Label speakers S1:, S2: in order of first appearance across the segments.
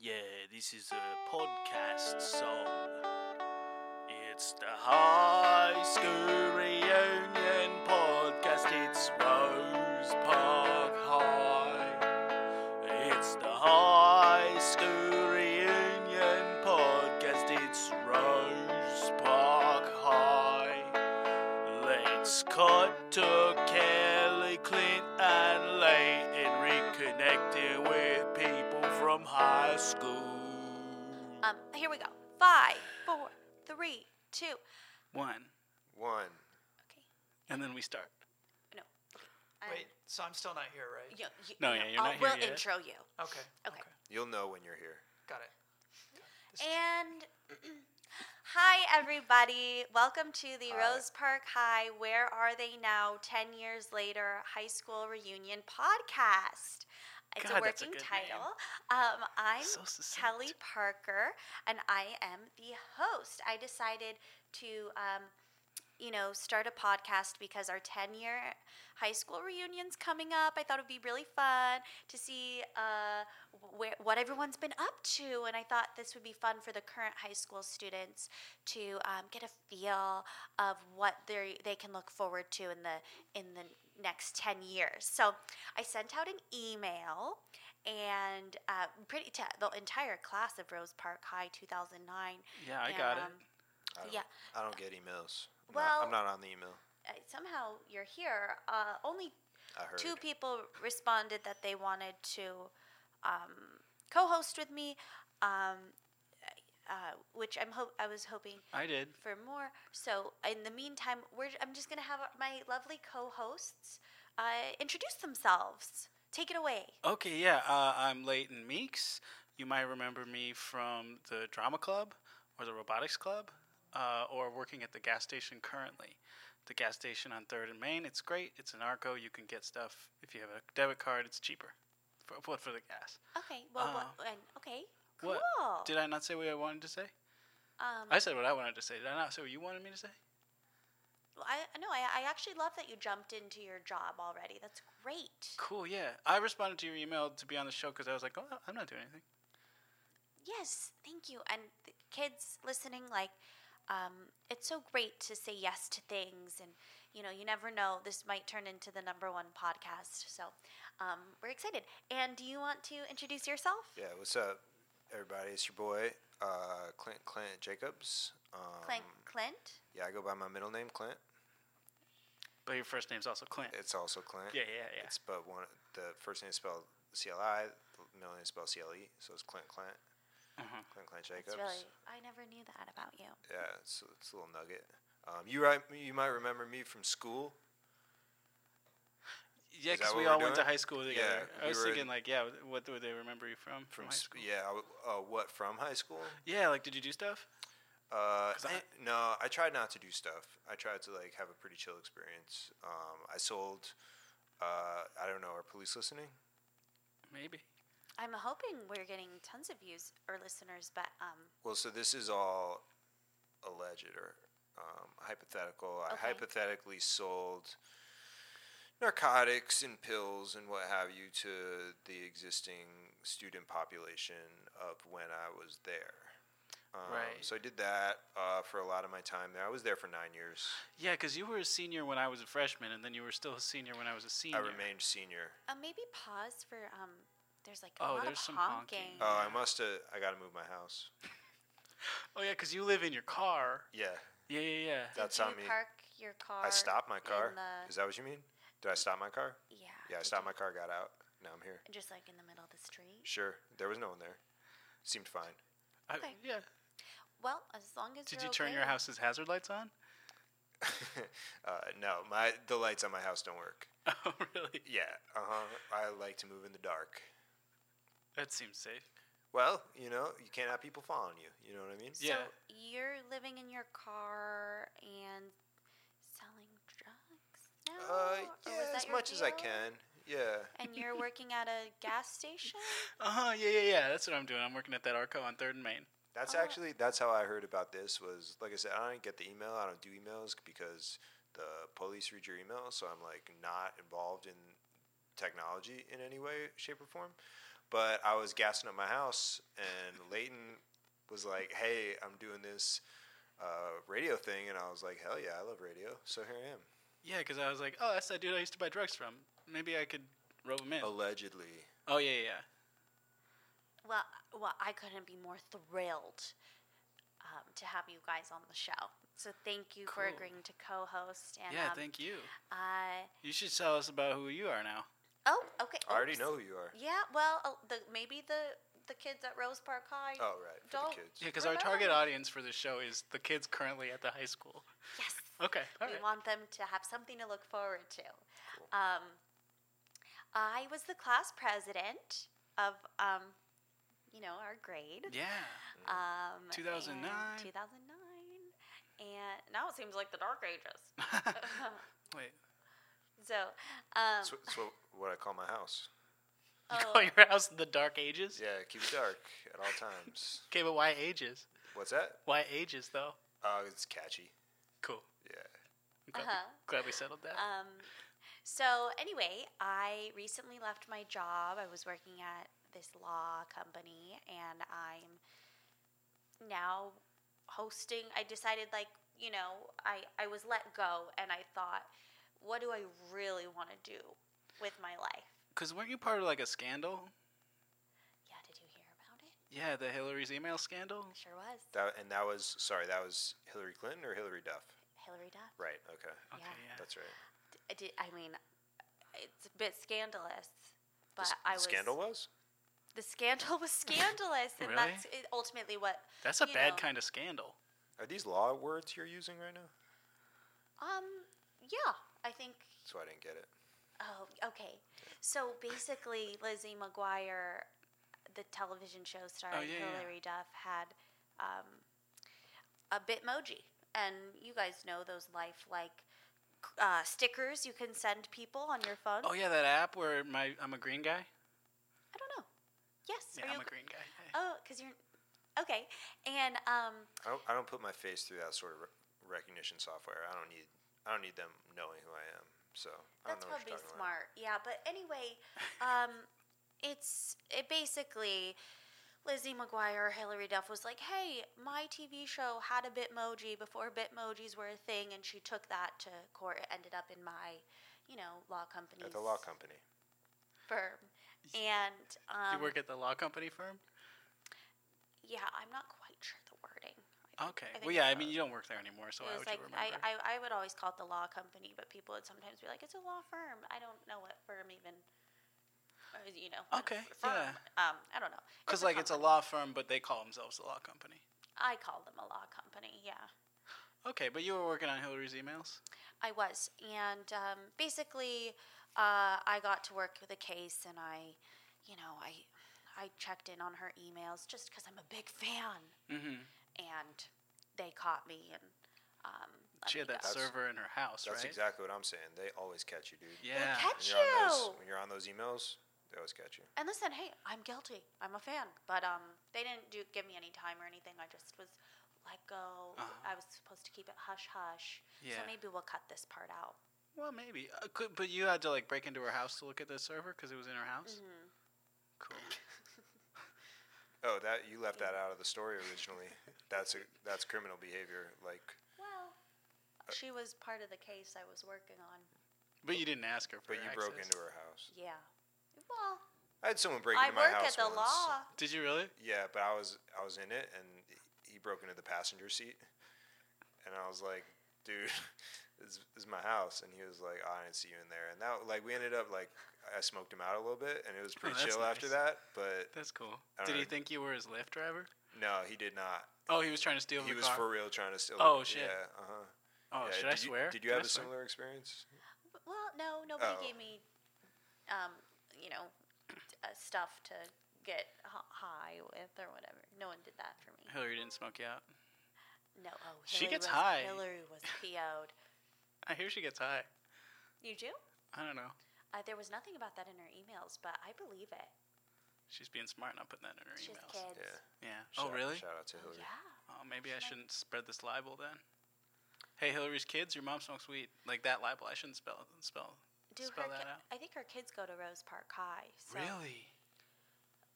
S1: Yeah, this is a podcast song. It's the high school reunion podcast. It's Rose Park High. It's the high school reunion podcast. It's Rose Park High. Let's cut to Kelly, Clint, and Lay and reconnected with people from high school.
S2: Um, here we go. Five, four, three, two.
S1: One.
S3: One.
S2: Okay.
S1: And then we start.
S2: No. Okay. Um,
S4: Wait, so I'm still not here, right?
S2: You, you,
S1: No,
S2: you
S1: yeah, you're
S2: I'll-
S1: not here
S2: We'll
S1: yet.
S2: intro you.
S4: Okay.
S2: Okay.
S3: You'll know when you're here.
S4: Got it.
S2: And hi, everybody. Welcome to the
S3: Hi.
S2: Rose Park High Where Are They Now 10 Years Later High School Reunion Podcast. It's a
S1: God, that's a
S2: working
S1: good
S2: title. Um, I'm
S1: So succinct.
S2: Kelly Parker, and I am the host. I decided to, um, you know, start a podcast because our 10 year high school reunion's coming up. I thought it would be really fun to see uh, where, what everyone's been up to. And I thought this would be fun for the current high school students to um, get a feel of what they they can look forward to in the, in the next 10 years. So I sent out an email and uh, pretty to the entire class of Rose Park High 2009.
S1: Yeah, I
S2: And,
S1: got it.
S2: um,
S3: I don't,
S2: Yeah.
S3: I don't get emails. I'm,
S2: Well-
S3: not, I'm not on the email.
S2: uh, somehow you're here. Uh, only
S3: I heard.
S2: two people responded that they wanted to um, co-host with me, um, uh, which I'm hope I was hoping
S1: I did.
S2: for more. So in the meantime, we're I'm just gonna have my lovely co-hosts uh, introduce themselves. Take it away.
S1: Okay, yeah, uh, I'm Leighton Meeks. You might remember me from the drama club or the robotics club uh, or working at the gas station currently. The gas station on 3rd and Main, it's great. It's an ARCO. You can get stuff. If you have a debit card, it's cheaper for, for, for the gas.
S2: Okay. Well. what, and, okay. Cool.
S1: What? Did I not say what I wanted to say?
S2: um,
S1: I said what I wanted to say. Did I not say what you wanted me to say?
S2: well, I no. I, I actually love that you jumped into your job already. That's great.
S1: Cool, yeah. I responded to your email to be on the show because I was like, oh, I'm not doing anything.
S2: Yes, thank you. And the kids listening, like, um, it's so great to say yes to things. And, you know, you never know, this might turn into the number one podcast. So um, we're excited. And do you want to introduce yourself?
S3: Yeah, what's up, everybody? It's your boy, uh, Clint Clint Jacobs. Um,
S2: Clint, Clint?
S3: Yeah, I go by my middle name, Clint.
S1: But your first name's also Clint.
S3: It's also Clint.
S1: yeah, yeah, yeah.
S3: It's but one. The first name is spelled C L I. The middle name is spelled C L E. So it's Clint Clint.
S1: Mm-hmm.
S3: Clint Clint Jacobs.
S2: It's really, I never knew that about you.
S3: Yeah, it's, it's a little nugget. Um, you right, You might remember me from school.
S1: Yeah,
S3: Is that
S1: because
S3: what
S1: we
S3: we're
S1: all went to
S3: doing?
S1: high school together.
S3: Yeah,
S1: I
S3: you
S1: was
S3: were-
S1: thinking, like, yeah, what do they remember you from? From,
S3: From
S1: high
S3: sc-
S1: school?
S3: yeah, I w- uh, what from high school?
S1: Yeah, like, did you do stuff?
S3: Uh,
S1: 'Cause I-
S3: eh, no, I tried not to do stuff. I tried to like have a pretty chill experience. Um, I sold. Uh, I don't know. Are police listening?
S1: Maybe.
S2: I'm hoping we're getting tons of views or listeners, but um,
S3: Well, so this is all alleged or um, hypothetical. I
S2: Okay.
S3: hypothetically sold narcotics and pills and what have you to the existing student population of when I was there. Um,
S1: Right.
S3: So I did that uh, for a lot of my time there. I was there for nine years.
S1: Yeah, because you were a senior when I was a freshman, and then you were still a senior when I was a senior.
S3: I remained senior.
S2: uh, maybe pause for, um, there's like a
S1: Oh,
S2: lot
S1: there's
S2: of
S1: some
S2: honking.
S1: honking.
S3: Oh, I must have. I gotta move my house.
S1: Oh, yeah, because you live in your car.
S3: Yeah,
S1: Yeah, yeah, yeah.
S2: Did
S3: that's
S2: you
S3: on me.
S2: park your car?
S3: I stopped my
S2: in
S3: car.
S2: the-
S3: Is that what you mean? Did I stop my car?
S2: yeah.
S3: Yeah, I
S2: did
S3: stopped
S2: you-
S3: my car, got out. Now I'm here.
S2: Just like in the middle of the street.
S3: Sure, there was no one there. Seemed fine.
S1: I-
S2: Okay.
S1: yeah.
S2: Well, as long as
S1: Did
S2: you're
S1: you turn
S2: okay.
S1: your house's hazard lights on?
S3: Uh, no, my the lights on my house don't work.
S1: Oh, really?
S3: Yeah, uh huh. I like to move in the dark.
S1: That seems safe.
S3: Well, you know, you can't have people following you. You know what I mean?
S2: So
S1: Yeah.
S2: you're living in your car and selling drugs now.
S3: Uh,
S2: Or was
S3: yeah,
S2: that
S3: as
S2: your
S3: much as I
S2: deal?
S3: can. Yeah.
S2: And you're working at a gas station.
S1: Uh huh. Yeah, yeah, yeah. That's what I'm doing. I'm working at that Arco on Third and Main.
S3: That's
S2: Oh.
S3: actually that's how I heard about this. Was like I said, I don't get the email. I don't do emails because the police read your email. So I'm like not involved in technology in any way, shape, or form. But I was gassing up my house, and Leighton was like, "Hey, I'm doing this uh, radio thing," and I was like, "Hell yeah, I love radio." So here I am.
S4: Yeah, because I was like, oh, that's that dude I used to buy drugs from. Maybe I could rope him in. Oh,
S3: Allegedly,
S4: yeah, yeah, yeah.
S2: Well, well, I couldn't be more thrilled um, to have you guys on the show. So thank you for
S4: Cool.
S2: agreeing to co-host. And,
S4: yeah,
S2: um,
S4: thank you.
S2: Uh,
S4: You should tell us about who you are now.
S2: oh, okay.
S3: I already
S2: oops.
S3: know who you are.
S2: Yeah, well, uh, the maybe the the kids at Rose Park High.
S3: Oh right, for
S2: Don't-
S3: the kids.
S4: Yeah, because our
S2: Remember
S4: target
S2: me.
S4: audience for this show is the kids currently at the high school.
S2: Yes.
S4: Okay, all
S2: we
S4: right.
S2: want them to have something to look forward to. Um, I was the class president of, um, you know, our grade.
S4: Yeah,
S2: Um, and
S4: 2009.
S2: 2009. And now it seems like the dark ages.
S4: wait.
S2: so, um,
S3: That's, what, that's what, what I call my house.
S4: You
S2: oh,
S4: call your house the Dark Ages?
S3: Yeah, keep it dark at all times.
S4: Okay, but why ages?
S3: What's that?
S4: Why ages though?
S3: Oh, it's catchy.
S4: Cool.
S3: Yeah.
S4: I'm glad,
S2: Uh-huh.
S4: we, glad we settled that.
S2: um, so anyway, I recently left my job. I was working at this law company, and I'm now hosting. I decided, like, you know, I, I was let go, and I thought, what do I really want to do with my life?
S4: Because weren't you part of like a scandal?
S2: Yeah, did you hear about it?
S4: Yeah, the Hillary's email scandal.
S2: I sure was.
S3: That and that was sorry. That was Hillary Clinton or Hillary Duff.
S2: Hillary Duff.
S3: Right. Okay.
S4: Okay,
S2: Yeah.
S4: yeah.
S3: That's right.
S2: I, did, I mean, it's a bit scandalous, but
S3: The s-
S2: I was
S3: the scandal was.
S2: The scandal was scandalous, and
S4: Really?
S2: that's i- ultimately what.
S4: That's a
S2: you
S4: bad
S2: know,
S4: kind of scandal.
S3: Are these law words you're using right now?
S2: Um, yeah, I think.
S3: That's why I didn't get it.
S2: Oh, okay. So basically, Lizzie McGuire, the television show starring
S4: Oh, yeah, yeah.
S2: Hilary Duff, had um, a Bitmoji, and you guys know those lifelike uh, stickers you can send people on your phone.
S4: Oh yeah, that app where my I'm a green guy.
S2: I don't know. Yes,
S4: Yeah,
S2: are
S4: I'm
S2: you?
S4: a green guy. Yeah.
S2: Oh, because you're. Okay, and um,
S3: I don't, I don't put my face through that sort of re- recognition software. I don't need. I don't need them knowing who I am. So I
S2: That's
S3: don't know what
S2: probably
S3: you're talking about.
S2: smart. Yeah, but anyway, um, it's it basically Lizzie McGuire, Hillary Duff was like, "Hey, my TV show had a Bitmoji before Bitmojis were a thing," and she took that to court. It ended up in my, you know, law company.
S3: At the law company.
S2: firm. And um,
S4: you work at the law company firm?
S2: yeah, I'm not quite sure the wording. I think-
S4: Okay.
S2: I think
S4: Well, yeah.
S2: it's
S4: I
S2: a-
S4: mean, you don't work there anymore, so
S2: It
S4: why
S2: was
S4: would
S2: like
S4: you
S2: I,
S4: remember?
S2: I, I would always call it the law company, but people would sometimes be like, "It's a law firm." I don't know what firm even, or, you know. what
S4: Okay,
S2: f- firm. Um, I don't know.
S4: Because like it's a
S2: company.
S4: law firm, but they call themselves a law company.
S2: I call them a law company. Yeah,
S4: Okay, but you were working on Hillary's emails.
S2: I was, and um, basically, uh, I got to work with a case, and I, you know, I, I checked in on her emails just because I'm a big fan,
S4: Mm-hmm.
S2: and they caught me, and um, let
S4: She
S2: me
S4: had that
S2: go.
S3: That's-
S4: server in her house,
S3: That's
S4: right?
S3: exactly what I'm saying. They always catch you, dude.
S2: They
S4: yeah.
S3: When
S2: catch
S3: you're, on those,
S2: you.
S3: when you're on those emails, they always catch you.
S2: And listen, hey, I'm guilty. I'm a fan, but um, they didn't do give me any time or anything. I just was let go.
S4: Uh-huh.
S2: I was supposed to keep it hush hush. So
S4: Yeah.
S2: maybe we'll cut this part out.
S4: Well, maybe. Uh, could, but you had to like break into her house to look at the server because it was in her house.
S2: Mhm.
S4: Cool.
S3: Oh, that you left that out of the story originally. that's a, that's criminal behavior. Like,
S2: Well,
S3: Uh,
S2: she was part of the case I was working on.
S4: But you didn't ask her. For
S3: but you
S4: her
S3: broke into
S4: access.
S3: her house.
S2: Yeah. Well,
S3: I had someone break
S2: I
S3: into my
S2: work
S3: house
S2: at the
S3: once.
S2: law.
S4: Did you really?
S3: Yeah, but I was I was in it, and he broke into the passenger seat, and I was like, "Dude, this, this is my house," and he was like, oh, "I didn't see you in there," and that like we ended up like I smoked him out a little bit, and it was pretty
S4: Oh, that's
S3: chill after
S4: nice.
S3: that. But
S4: That's cool.
S3: I
S4: Did he
S3: don't-
S4: think you were his Lyft driver?
S3: no, he did not.
S4: Oh, he was trying to steal
S3: He
S4: the
S3: was for
S4: car.
S3: real trying to steal.
S4: Oh,
S3: it.
S4: shit.
S3: Yeah, uh-huh.
S4: oh,
S3: Yeah, did
S4: should I swear?
S3: You, did you have
S4: Can I
S3: a
S4: swear? Oh,
S3: similar experience?
S2: Well, no, nobody
S3: Oh.
S2: gave me, um, you know, uh, stuff to get h- high with or whatever. No one did that for me.
S4: Hillary didn't smoke you out.
S2: No. Oh,
S4: She
S2: Hillary
S4: gets
S2: was,
S4: high.
S2: Hillary was PO'd.
S4: I hear she gets high.
S2: You do?
S4: I don't know.
S2: Uh, there was nothing about that in her emails, but I believe it.
S4: She's being smart, not putting that in her
S2: She's
S4: emails.
S2: kids.
S3: Yeah.
S4: Yeah.
S3: Shout-
S4: oh, really?
S3: Shout out to
S2: Oh,
S3: Hillary.
S2: yeah.
S4: Oh, maybe I shouldn't spread this libel then. Hey, Hillary's kids, your mom smokes weed. Like that libel, I shouldn't spell spell
S2: Do
S4: spell
S2: her
S4: that
S2: ki- I think her kids go to Rose Park High. So
S4: out. Really?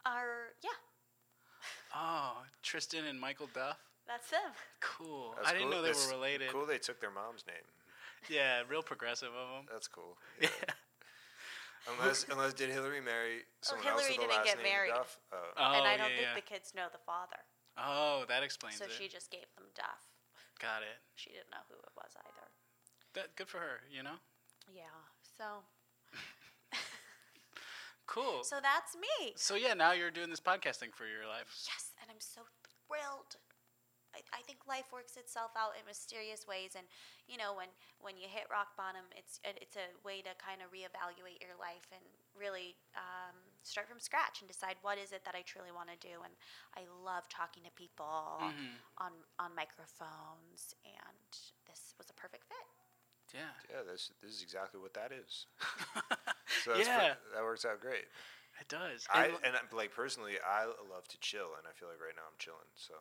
S2: Our yeah,
S4: Oh, Tristan and Michael Duff.
S2: that's them.
S4: Cool.
S3: That's
S4: I didn't
S3: cool.
S4: know they
S3: That's
S4: were related.
S3: Cool, they took their mom's name.
S4: Yeah, real progressive of them.
S3: That's cool.
S4: Yeah.
S3: Unless, unless did Hillary marry someone else
S2: Oh, Hillary
S3: with the
S2: didn't
S3: last
S2: get
S3: name
S2: married.
S3: Duff? Oh,
S4: Oh,
S2: and I don't
S4: yeah,
S2: think
S4: yeah.
S2: the kids know the father,
S4: Oh, that explains
S2: so
S4: it.
S2: she just gave them Duff.
S4: Got it.
S2: She didn't know who it was either.
S4: That, good for her, you know?
S2: Yeah. So
S4: Cool.
S2: so
S4: So,
S2: that's me.
S4: yeah, now you're doing this podcasting for your life.
S2: Yes, and I'm so thrilled. I, I think life works itself out in mysterious ways, and you know when when you hit rock bottom, it's it- it's a way to kind of reevaluate your life and really um, start from scratch and decide what is it that I truly want to do. And I love talking to people
S4: Mhm.
S2: on on microphones, and this was a perfect fit.
S4: Yeah.
S3: yeah, this this is exactly what that is. So that's
S4: yeah,
S3: pre- that works out great.
S4: it does.
S3: I
S4: And-
S3: and I- like personally, I love to chill, and I feel like right now I'm chilling. So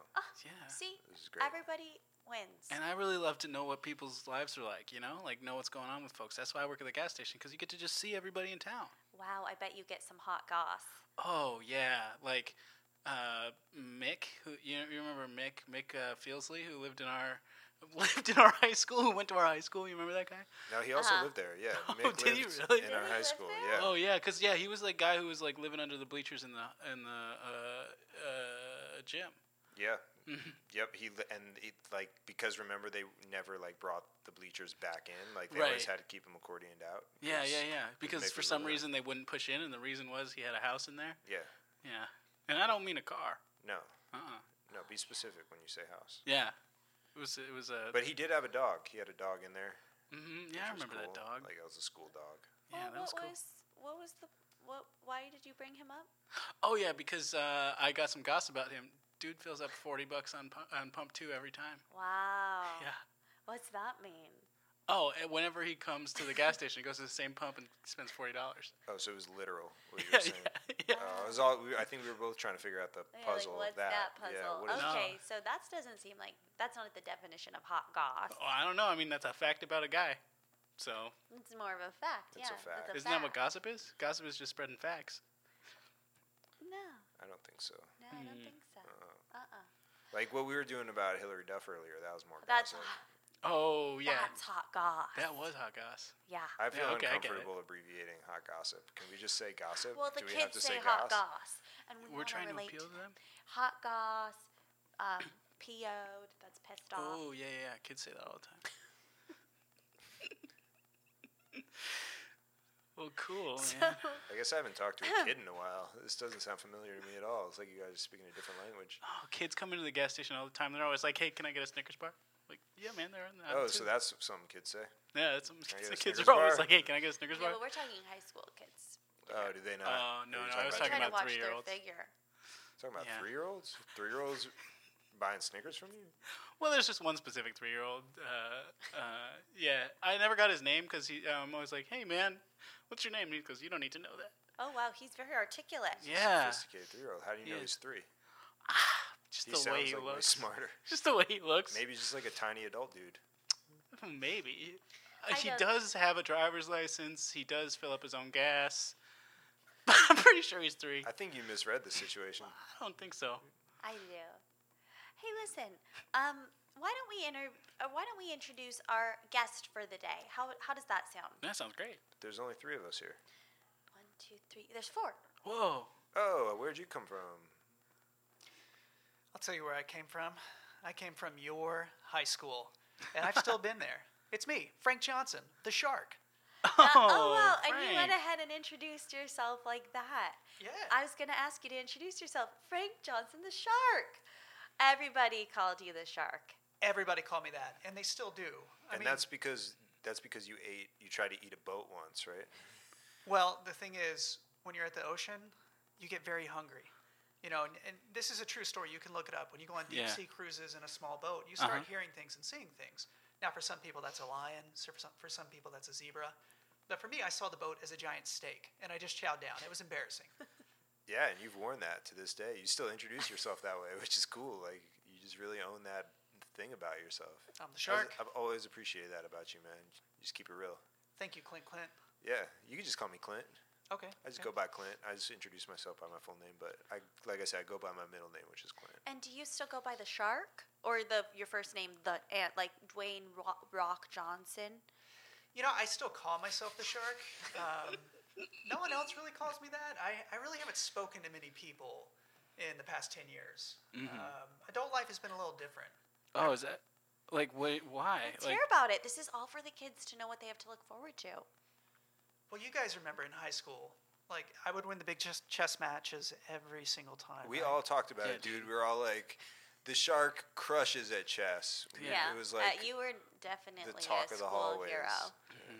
S4: yeah.
S2: See,
S3: this is great.
S2: everybody wins.
S4: Ah, And I really love to know what people's lives are like, you know, like know what's going on with folks. That's why I work at the gas station because you get to just see everybody in town.
S2: wow, I bet you get some hot goss.
S4: Oh yeah, like uh, Mick, who you, you remember Mick Mick uh, Feelsley, who lived in our lived in our high school, who went to our high school. You remember that guy?
S3: No, he also
S2: Uh-huh.
S3: lived there. Yeah,
S4: Oh,
S3: Mick
S4: did he
S3: lived
S4: really?
S3: in
S2: Did
S3: our
S2: he
S3: high
S2: live
S3: school.
S2: there?
S3: Yeah,
S4: Oh yeah, because yeah, he was like guy who was like living under the bleachers in the in the uh, uh, gym.
S3: yeah,
S4: Mhm.
S3: yep. He li- and it, like because remember they never like brought the bleachers back in. Like they always
S4: Right.
S3: had to keep them accordioned out.
S4: Yeah,
S3: 'cause-
S4: yeah, yeah. Because
S3: Mick
S4: for
S3: was
S4: some
S3: over there.
S4: reason they wouldn't push in, and the reason was he had a house in there.
S3: yeah.
S4: Yeah, and I don't mean a car.
S3: No,
S4: Uh-uh.
S3: no. Be specific when you say house.
S4: Yeah, it was it was a.
S3: But he did have a dog. He had a dog in there.
S4: mhm, yeah, I
S3: which was
S4: remember that
S3: cool.
S4: dog.
S3: Like it was a school dog.
S4: yeah,
S2: Well,
S4: that was
S2: Oh, what
S4: cool.
S2: was what was the what? Why did you bring him up?
S4: Oh yeah, because uh, I got some gossip about him. Dude fills up forty bucks on pu- on pump two every time.
S2: Wow.
S4: Yeah.
S2: What's that mean?
S4: Oh, and whenever he comes to the gas station, he goes to the same pump and spends forty dollars.
S3: Oh, so it was literal. What you
S4: Yeah,
S3: were saying.
S4: yeah, yeah.
S3: Oh, it was all. We, I think we were both trying to figure out the
S2: Yeah,
S3: puzzle
S2: like,
S3: of
S2: what's
S3: that.
S2: that,
S3: Yeah,
S2: puzzle? Oh.
S3: what is-
S4: No.
S2: okay, so that doesn't seem like that's not the definition of hot goss.
S4: Oh, I don't know. I mean, that's a fact about a guy. So
S2: It's more of a fact.
S3: It's a
S2: yeah,
S3: fact.
S2: It's a
S4: isn't that what
S2: fact.
S4: gossip is? Gossip is just spreading facts.
S2: No,
S3: I don't think so.
S2: no, I don't
S4: Hmm.
S2: think so. Uh
S3: Uh,
S2: uh
S3: like what we were doing about Hillary Duff earlier. That was more.
S2: That's
S3: gossip.
S2: hot-
S4: Oh yeah,
S2: that's hot goss.
S4: that was hot goss.
S2: yeah.
S3: I feel
S4: Yeah, okay, I get it.
S3: uncomfortable abbreviating hot gossip. Can we just say gossip?
S2: Well, the
S3: Do we have
S2: kids
S3: to
S2: say,
S3: say
S2: hot
S3: goss?
S2: goss, and we
S4: We're
S2: wanna
S4: trying to
S2: relate
S4: appeal to them.
S2: hot goss, um, PO'd. That's pissed off.
S4: Oh yeah, yeah, yeah. Kids say that all the time. well, cool. man.
S2: So-
S3: I guess I haven't talked to a kid in a while. This doesn't sound familiar to me at all. It's like you guys are speaking a different language.
S4: Oh, kids come into the gas station all the time. They're always like, "Hey, can I get a Snickers bar?" Like, yeah, man, they're in the
S3: Oh, so that's what some kids say.
S4: yeah. That's,
S3: I get a
S4: the kids
S3: Snickers
S4: are always
S3: bar?
S4: like, "Hey, can I get a Snickers
S2: yeah,
S4: bar?"
S2: but we're talking high school kids.
S3: Oh, do they not?
S4: Oh,
S3: Are
S4: no,
S3: you
S4: no, I was
S2: We're
S4: talking
S2: trying to
S4: about
S2: watch their
S4: three-year-olds.
S2: figure.
S3: talking about
S4: yeah.
S3: three-year-olds. Three-year-olds buying Snickers from you?
S4: Well, there's just one specific three-year-old. Uh, uh, yeah, I never got his name because uh, I'm always like, "Hey, man, what's your name?" And he goes, "You don't need to know that."
S2: Oh wow, he's very articulate.
S4: Yeah,
S3: Sophisticated three-year-old. How do you know
S4: Yeah.
S3: he's three?
S4: just
S3: He
S4: the
S3: sounds
S4: way he
S3: like way
S4: looks.
S3: smarter.
S4: Just the way he looks.
S3: Maybe he's just like a tiny adult dude.
S4: Maybe.
S2: I
S4: Uh, he
S2: don't-
S4: does have a driver's license. He does fill up his own gas. I'm pretty sure he's three.
S3: I think you misread the situation.
S4: I don't think so.
S2: I do. Hey, listen. Um, why don't we inter- uh, Why don't we introduce our guest for the day? How How does that sound?
S4: That sounds great.
S3: There's only three of us here.
S2: One, two, three. There's four.
S4: Whoa.
S3: Oh, where'd you come from?
S5: I'll tell you where I came from. I came from your high school, and I've still been there. It's me, Frank Johnson, the shark.
S4: Oh,
S2: Uh, oh wow! And you went
S4: Frank.
S2: ahead and introduced yourself like that.
S5: Yeah.
S2: I was gonna ask you to introduce yourself, Frank Johnson, the shark. Everybody called you the shark.
S5: Everybody called me that, and they still do. I
S3: and
S5: mean,
S3: that's because that's because you ate. You tried to eat a boat once, right?
S5: well, the thing is, when you're at the ocean, you get very hungry. You know, and, and this is a true story. You can look it up. When you go on deep
S4: Yeah.
S5: sea cruises in a small boat, you start
S4: Uh-huh.
S5: hearing things and seeing things. Now, for some people, that's a lion. So for some, for some people, that's a zebra. But for me, I saw the boat as a giant steak, and I just chowed down. It was embarrassing.
S3: Yeah, and you've worn that to this day. You still introduce yourself that way, which is cool. Like you just really own that thing about yourself.
S5: I'm
S3: I
S5: the
S3: was-
S5: shark.
S3: I've always appreciated that about you, man. You just keep it real.
S5: Thank you, Clint Clint.
S3: Yeah, you can just call me Clint.
S5: Okay.
S3: I just
S5: yeah.
S3: go by Clint. I just introduce myself by my full name, but I like I said, I go by my middle name, which is Clint.
S2: And do you still go by the shark or the your first name the ant like Dwayne Rock, Rock Johnson?
S5: You know, I still call myself the shark. Um, no one else really calls me that. I, I really haven't spoken to many people in the past 10 years.
S3: Mm-hmm.
S5: Um, adult life has been a little different.
S4: Oh, is that like wait, why?
S2: Let's
S4: like
S2: hear about it. This is all for the kids to know what they have to look forward to.
S5: Well, you guys remember in high school, like, I would win the big chess, chess matches every single time.
S3: We
S5: right?
S3: all talked about
S4: Yeah,
S3: it, dude. We were all like, the shark crushes at chess. We-
S2: Yeah,
S3: It was
S2: uh,
S3: like
S2: you were definitely
S3: talk
S2: a
S3: of the
S2: school
S3: hallways.
S2: hero.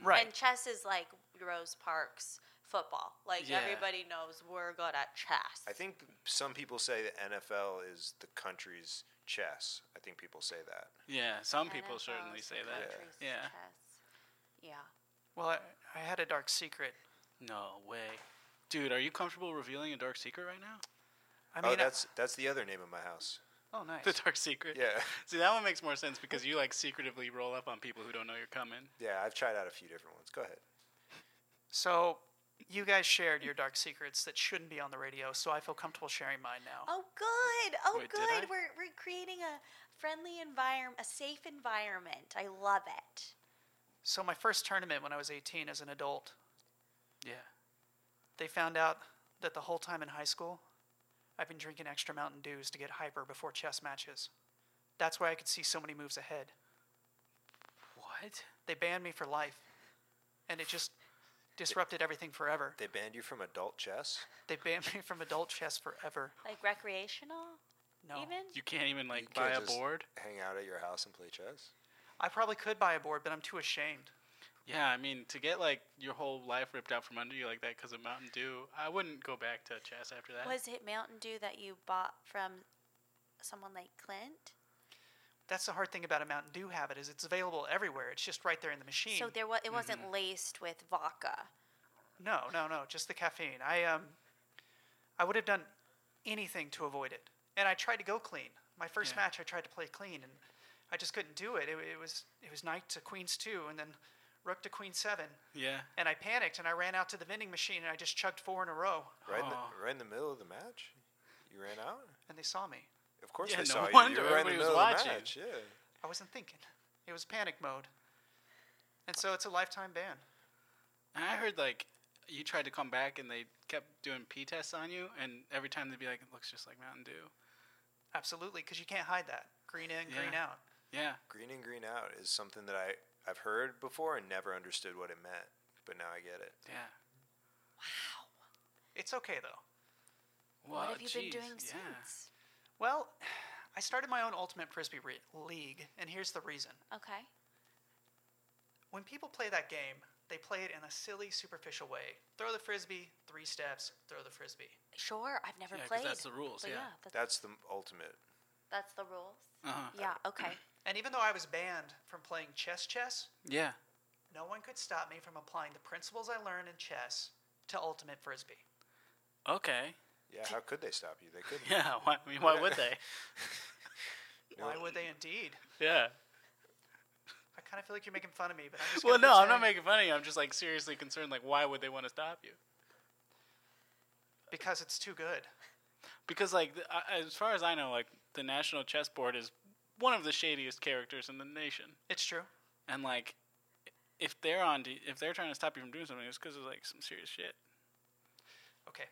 S5: Right.
S2: And chess is like Rose Parks football. Like
S4: Yeah.
S2: everybody knows we're good at chess.
S3: I think some people say the NFL is the country's chess. I think people say that.
S4: yeah, some people
S2: NFL
S4: certainly
S2: is
S4: say
S2: the
S4: that.
S2: country's
S4: Yeah.
S2: chess. Yeah.
S5: well, I, I had a dark secret.
S4: No way. Dude, are you comfortable revealing a dark secret right now?
S5: I mean,
S3: oh,
S5: I-
S3: that's that's the other name of my house.
S5: oh, nice.
S4: The dark secret?
S3: Yeah,
S4: See, that one makes more sense because you like secretively roll up on people who don't know you're coming.
S3: yeah. I've tried out a few different ones. Go ahead.
S5: So, you guys shared your dark secrets that shouldn't be on the radio, so I feel comfortable sharing mine now.
S2: Oh, good. Oh,
S4: Wait, did I?
S2: good. We're, we're creating a friendly environment, a safe environment. I love it.
S5: So, my first tournament when I was 18 as an adult,
S4: Yeah.
S5: they found out that the whole time in high school, I've been drinking extra Mountain Dews to get hyper before chess matches. That's why I could see so many moves ahead.
S4: What?
S5: They banned me for life, and it just disrupted everything forever.
S3: They banned you from adult chess.
S5: They banned me from adult chess forever.
S2: Like recreational,
S5: No.
S2: even?
S4: You can't even like
S3: You can't
S4: buy a
S3: just
S4: board?
S3: Hang out at your house and play chess.
S5: I probably could buy a board, but I'm too ashamed.
S4: Yeah, I mean, to get like your whole life ripped out from under you like that because of Mountain Dew, I wouldn't go back to chess after that.
S2: Was it Mountain Dew that you bought from someone like Clint?
S5: That's the hard thing about a Mountain Dew habit is it's available everywhere. It's just right there in the machine.
S2: So there was
S4: Mm-hmm.
S2: it wasn't laced with vodka.
S5: No, no, no, just the caffeine. I um, I would have done anything to avoid it, and I tried to go clean. My first
S4: Yeah.
S5: match, I tried to play clean, and I just couldn't do it. it. It was it was knight to queen's two, and then rook to queen seven,
S4: Yeah.
S5: and I panicked and I ran out to the vending machine and I just chugged four in a row,
S3: Right, in
S4: Oh.
S3: the, right in the middle of the match. You ran out.
S5: and they saw me.
S3: Of course
S4: Yeah,
S3: they
S4: no
S3: saw you.
S4: wonder
S3: You were right in
S4: everybody
S3: the
S4: was
S3: middle of the
S4: watching.
S3: match. Yeah.
S5: I wasn't thinking. It was panic mode, and so it's a lifetime ban.
S4: And I heard like you tried to come back and they kept doing P tests on you, and every time they'd be like, it looks just like Mountain Dew.
S5: Absolutely, because you can't hide that. Green in, green
S4: Yeah.
S5: out.
S4: Yeah.
S3: Green and green out is something that I I've heard before and never understood what it meant, but now I get it.
S4: Yeah.
S5: It's okay though.
S2: what
S4: Wow,
S2: have you been
S4: jeez,
S2: doing
S4: yeah.
S2: since?
S5: Well, I started my own ultimate frisbee re- league, and here's the reason.
S2: Okay.
S5: When people play that game, they play it in a silly, superficial way. Throw the frisbee, three steps, throw the frisbee.
S2: Sure, I've never
S4: Yeah, 'cause
S2: played.
S4: that's the rules,
S2: but
S4: yeah.
S2: that's,
S3: That's the ultimate.
S2: that's the rules.
S4: Uh-huh.
S2: Yeah, okay.
S5: And even though I was banned from playing chess chess,
S4: Yeah.
S5: no one could stop me from applying the principles I learned in chess to ultimate frisbee.
S4: Okay.
S3: Yeah. How could they stop you? They couldn't.
S4: Yeah. Why, I mean, why would they?
S5: Why would they indeed?
S4: Yeah.
S5: I kind of feel like you're making fun of me, but I'm just
S4: Well,
S5: gonna
S4: no, I'm not
S5: pretend-
S4: making fun of you. I'm just like seriously concerned. Like, why would they want to stop you?
S5: because it's too good.
S4: Because, like, the, I- as far as I know, like the National Chess Board is one of the shadiest characters in the nation.
S5: It's true.
S4: And like, if they're on, to- if they're trying to stop you from doing something, it's because of like some serious shit.
S5: Okay.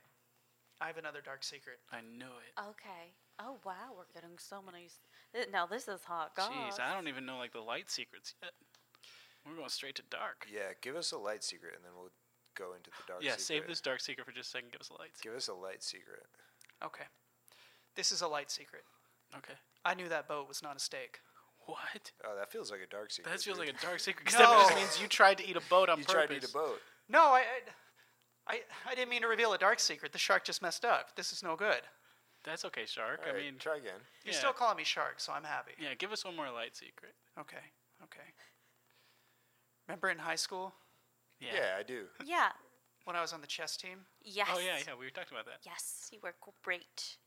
S5: I have another dark secret.
S4: I knew it.
S2: Okay. Oh wow, we're getting so many s- th- now this is hot goss.
S4: Jeez, I don't even know like the light secrets yet. We're going straight to dark.
S3: Yeah. Give us a light secret, and then we'll go into the dark.
S4: yeah,
S3: secret.
S4: save this dark secret for just a second. Give us the lights.
S3: Give us a light secret.
S5: Okay. This is a light secret.
S4: Okay.
S5: I knew that boat was not a steak.
S4: What?
S3: Oh, that feels like a dark secret.
S4: That feels
S3: dude.
S4: like a dark secret. Because that just
S5: No.
S4: means you tried to eat a boat on
S3: You
S4: purpose.
S3: tried to eat a boat.
S5: No, I, I, I, I didn't mean to reveal a dark secret. The shark just messed up. This is no good.
S4: That's okay, shark.
S3: All
S4: I
S3: right,
S4: mean,
S3: try again.
S5: You're
S4: Yeah.
S5: still calling me shark, so I'm happy.
S4: yeah. Give us one more light secret.
S5: Okay, okay. Remember in high school
S4: Yeah.
S3: Yeah, I do.
S2: Yeah.
S5: when I was on the chess team?
S2: Yes.
S4: Oh yeah, yeah. We were talking about that.
S2: Yes, you were great.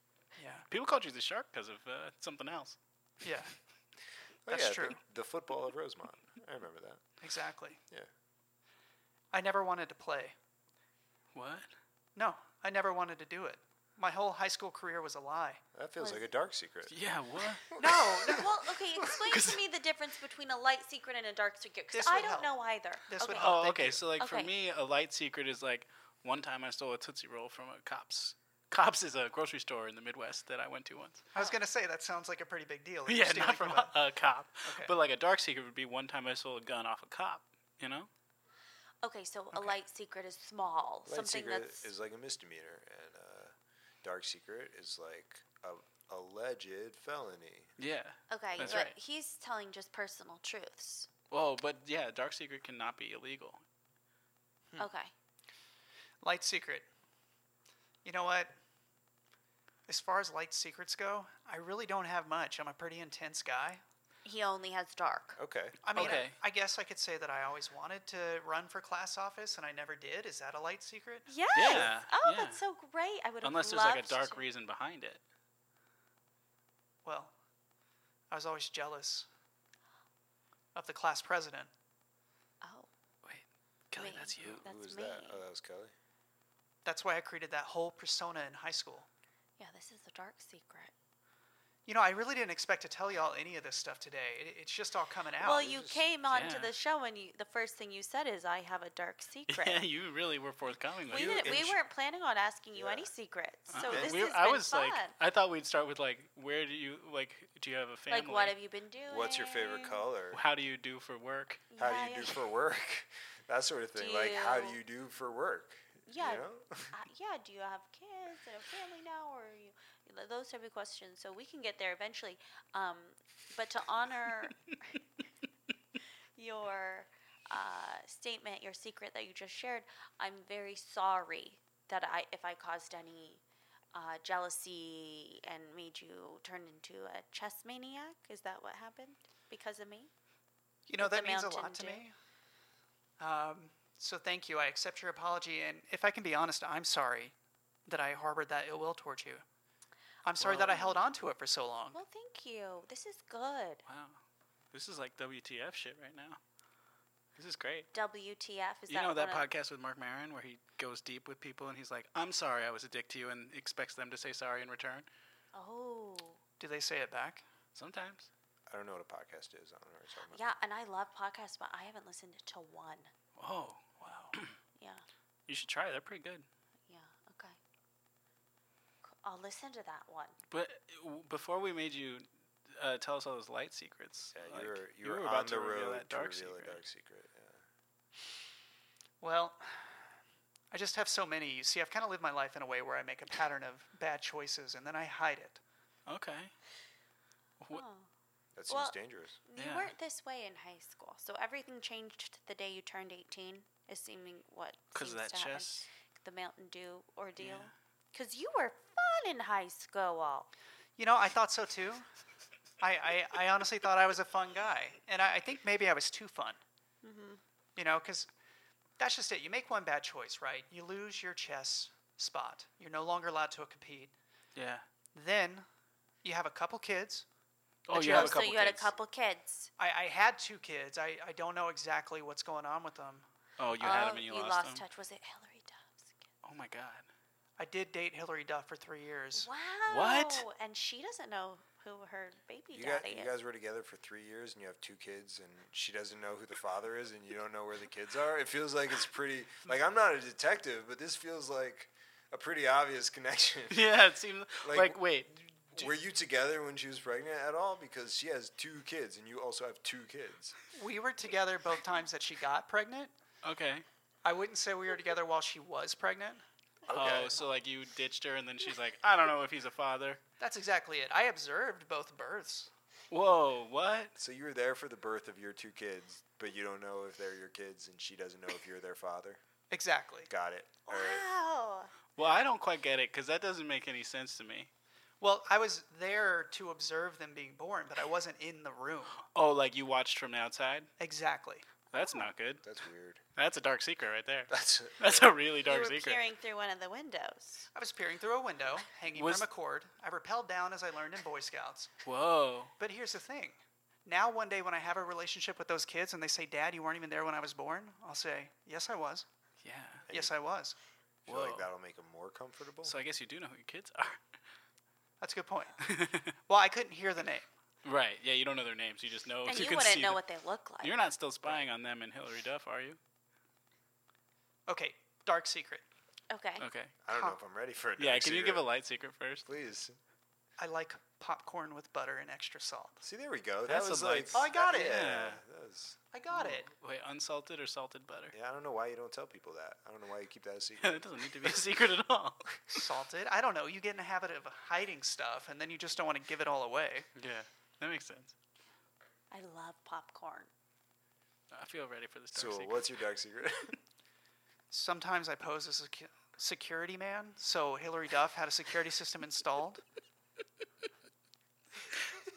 S5: Yeah,
S4: People called you the shark because of uh, something else.
S5: yeah,
S3: Oh,
S5: That's
S3: yeah, the-
S5: true.
S3: The, football of Rosemont. I remember that.
S5: exactly.
S3: Yeah.
S5: I never wanted to play.
S4: What?
S5: No, I never wanted to do it. My whole high school career was a lie.
S3: That feels
S2: Was
S3: like a dark secret.
S4: Yeah, what?
S5: No, no.
S2: well, okay, explain to me the difference between a light secret and a dark secret because
S5: This
S2: I
S5: would
S2: don't
S5: help.
S2: know either.
S5: This would
S2: okay.
S5: help.
S4: Oh,
S5: thank
S4: okay.
S5: you.
S4: So like for
S2: Okay.
S4: me, a light secret is like one time I stole a Tootsie Roll from a cops. Cops is a grocery store in the Midwest that I went to once.
S5: I was gonna say that sounds like a pretty big deal. if you're
S4: yeah,
S5: stealing
S4: not from
S5: a-
S4: a, a cop.
S5: Okay.
S4: But like a dark secret would be one time I stole a gun off a cop. You know?
S2: Okay, so a light secret is small,
S3: Light
S2: something
S3: secret
S2: that's
S3: is like a misdemeanor, and uh, dark secret is like a alleged felony.
S4: Yeah.
S2: okay.
S4: that's
S2: but
S4: right.
S2: he's telling just personal truths.
S4: Well, but yeah, dark secret cannot be illegal. Hmm.
S2: Okay.
S5: Light secret. You know what? As far as light secrets go, I really don't have much. I'm a pretty intense guy.
S2: He only has dark.
S3: Okay.
S5: I mean, I-
S4: Okay.
S5: I, guess I could say that I always wanted to run for class office and I never did. Is that a light secret?
S2: Yes.
S4: Yeah,
S2: oh,
S4: yeah.
S2: that's so great. I would have
S4: Unless there's like a
S2: loved
S4: dark
S2: to-
S4: reason behind it.
S5: Well, I was always jealous of the class president.
S2: Oh,
S4: Wait, Kelly,
S2: Wait.
S4: that's you. Uh,
S2: That's
S3: Who was
S2: me.
S3: that? Oh, that was Kelly.
S5: That's why I created that whole persona in high school.
S2: yeah. This is a dark secret.
S5: You know, I really didn't expect to tell y'all any of this stuff today. It, it's just all coming out.
S2: well, you
S3: just-
S2: came onto
S4: yeah.
S2: the show and you, the first thing you said is, "I have a dark secret."
S4: Yeah, you really were forthcoming with
S2: we
S4: it.
S2: didn't. We
S3: intro-
S2: weren't planning on asking you
S3: Yeah.
S2: any secrets, so
S4: Uh-uh.
S2: this
S4: We-
S2: has
S4: I
S2: been
S4: was
S2: fun.
S4: like, I thought we'd start with like, where do you like? Do you have a family?
S2: like, what have you been doing?
S3: What's your favorite color?
S4: How do you do for work?
S3: How do
S2: Yeah,
S3: you
S2: yeah.
S3: do for work? That sort of thing. Like, how do
S2: Do-
S3: you do for work?
S2: Yeah.
S3: You know?
S2: Uh, yeah, do you have kids and a family now, or are you th- those type of questions? So we can get there eventually. Um, but to honor your uh, statement, your secret that you just shared, I'm very sorry that I, if I caused any uh, jealousy and made you turn into a chess maniac. Is that what happened because of me?
S5: You know,
S2: with the
S5: that means a
S2: Mountain
S5: lot to
S2: Dew.
S5: me. Um, so thank you. I accept your apology. And if I can be honest, I'm sorry that I harbored that ill will towards you. I'm sorry that I held on to it for so long.
S2: Well, thank you. This is good.
S4: Wow, this is like WTF shit right now. This is great.
S2: WTF is
S4: you know that
S2: one of-
S4: podcast with Mark Maron where he goes deep with people and he's like, "I'm sorry, I was a dick to you," and expects them to say sorry in return.
S2: Oh.
S5: Do they say it back?
S4: Sometimes.
S3: I don't know what a podcast is. I don't know what you're talking about.
S2: Yeah, and I love podcasts, but I haven't listened to one.
S4: Oh, wow.
S2: Yeah,
S4: you should try. it. They're pretty good.
S2: yeah, okay. C- I'll listen to that one.
S4: But uh, w- before we made you uh, tell us all those light secrets,
S3: Yeah,
S4: like,
S3: you were you,
S4: you
S3: were, on
S4: were about
S3: the
S4: to reveal
S3: road
S4: that dark
S3: to reveal
S4: secret.
S3: a dark secret. Yeah.
S5: Well, I just have so many. You see, I've kind of lived my life in a way where I make a pattern of bad choices and then I hide it.
S4: Okay. What-
S2: Oh.
S3: That
S2: Well,
S3: seems dangerous.
S2: You
S4: Yeah.
S2: weren't this way in high school, so everything changed the day you turned 18, is seeming what?
S4: Because of
S2: seems
S4: that
S2: to happen.
S4: chess.
S2: The Mountain Dew ordeal.
S4: Yeah.
S2: Because you were fun in high school.
S5: You know, I thought so too. I, I, I honestly thought I was a fun guy. And I, I think maybe I was too fun. You know, because that's just it. You make one bad choice, right? You lose your chess spot. You're no longer allowed to compete.
S4: Yeah.
S5: Then you have a couple kids.
S4: Oh,
S5: you
S4: you have
S5: have
S4: a
S5: also-
S2: so
S4: couple
S2: you had a
S4: kids.
S2: couple kids.
S5: I, I had two kids. I, I don't know exactly what's going on with them.
S4: Oh, you had
S2: Oh,
S4: them and you,
S2: you
S4: lost, them.
S2: touch. Was it Hillary Duff's kid?
S4: Oh my god.
S5: I did date Hillary Duff for three years.
S2: Wow.
S4: What?
S2: And she doesn't know who her baby
S3: You, got,
S2: daddy
S3: you
S2: is.
S3: guys were together for three years and you have two kids and she doesn't know who the father is and you don't know where the kids are. It feels like it's pretty like I'm not a detective, but this feels like a pretty obvious connection.
S4: Yeah, it seems like,
S3: Like,
S4: wait. d-
S3: were you together when she was pregnant at all? Because she has two kids and you also have two kids.
S5: We were together both times that she got pregnant.
S4: Okay.
S5: I wouldn't say we were together while she was pregnant.
S4: Oh, so like you ditched her and then she's like, I don't know if he's a father.
S5: That's exactly it. I observed both births.
S4: Whoa, what?
S3: So you were there for the birth of your two kids, but you don't know if they're your kids and she doesn't know if you're their father.
S5: Exactly.
S3: Got it. All right.
S2: Wow.
S4: Well, I don't quite get it because that doesn't make any sense to me.
S5: Well, I was there to observe them being born, but I wasn't in the room.
S4: Oh, like you watched from the outside?
S5: Exactly.
S4: That's not good.
S3: That's weird.
S4: That's a dark secret right there.
S3: That's
S4: That's a really
S2: You
S4: dark
S2: were
S4: secret.
S2: peering through one of the windows.
S5: I was peering through a window, hanging
S4: Was-
S5: from a cord. I repelled down as I learned in Boy Scouts.
S4: Whoa.
S5: But here's the thing. Now, one day when I have a relationship with those kids and they say, Dad, you weren't even there when I was born, I'll say, Yes, I was.
S4: Yeah.
S5: Yes, I was.
S3: Do you feel like
S4: Whoa.
S3: that'll make them more comfortable?
S4: So I guess you do know who your kids are.
S5: That's a good point. Well, I couldn't hear the name.
S4: right. Yeah, you don't know their names. You just know
S2: And
S4: Oh, you,
S2: you,
S4: can
S2: wouldn't
S4: see
S2: know
S4: them.
S2: what they look like.
S4: You're not still spying on them and Hillary Duff, are you?
S5: Okay, dark secret.
S2: okay.
S4: Okay.
S3: I don't know if I'm ready for it.
S4: Yeah, can you give a light secret first?
S3: Please.
S5: I like popcorn with butter and extra salt.
S3: See, there we go.
S4: That's
S3: that was
S4: a
S3: like.
S4: nice-
S5: Oh, I got it.
S3: Yeah.
S4: Yeah.
S3: That was,
S5: I got it.
S4: Wait, unsalted or salted butter?
S3: yeah. I don't know why you don't tell people that. I don't know why you keep that a secret.
S4: it doesn't need to be a secret at all.
S5: Salted. I don't know. You get in the habit of hiding stuff, and then you just don't want to give it all away.
S4: Yeah, that makes sense.
S2: I love popcorn.
S4: I feel ready for this
S3: so,
S4: dark secret.
S3: what's your dark secret?
S5: Sometimes I pose as a secu- security man. So Hillary Duff had a security system installed,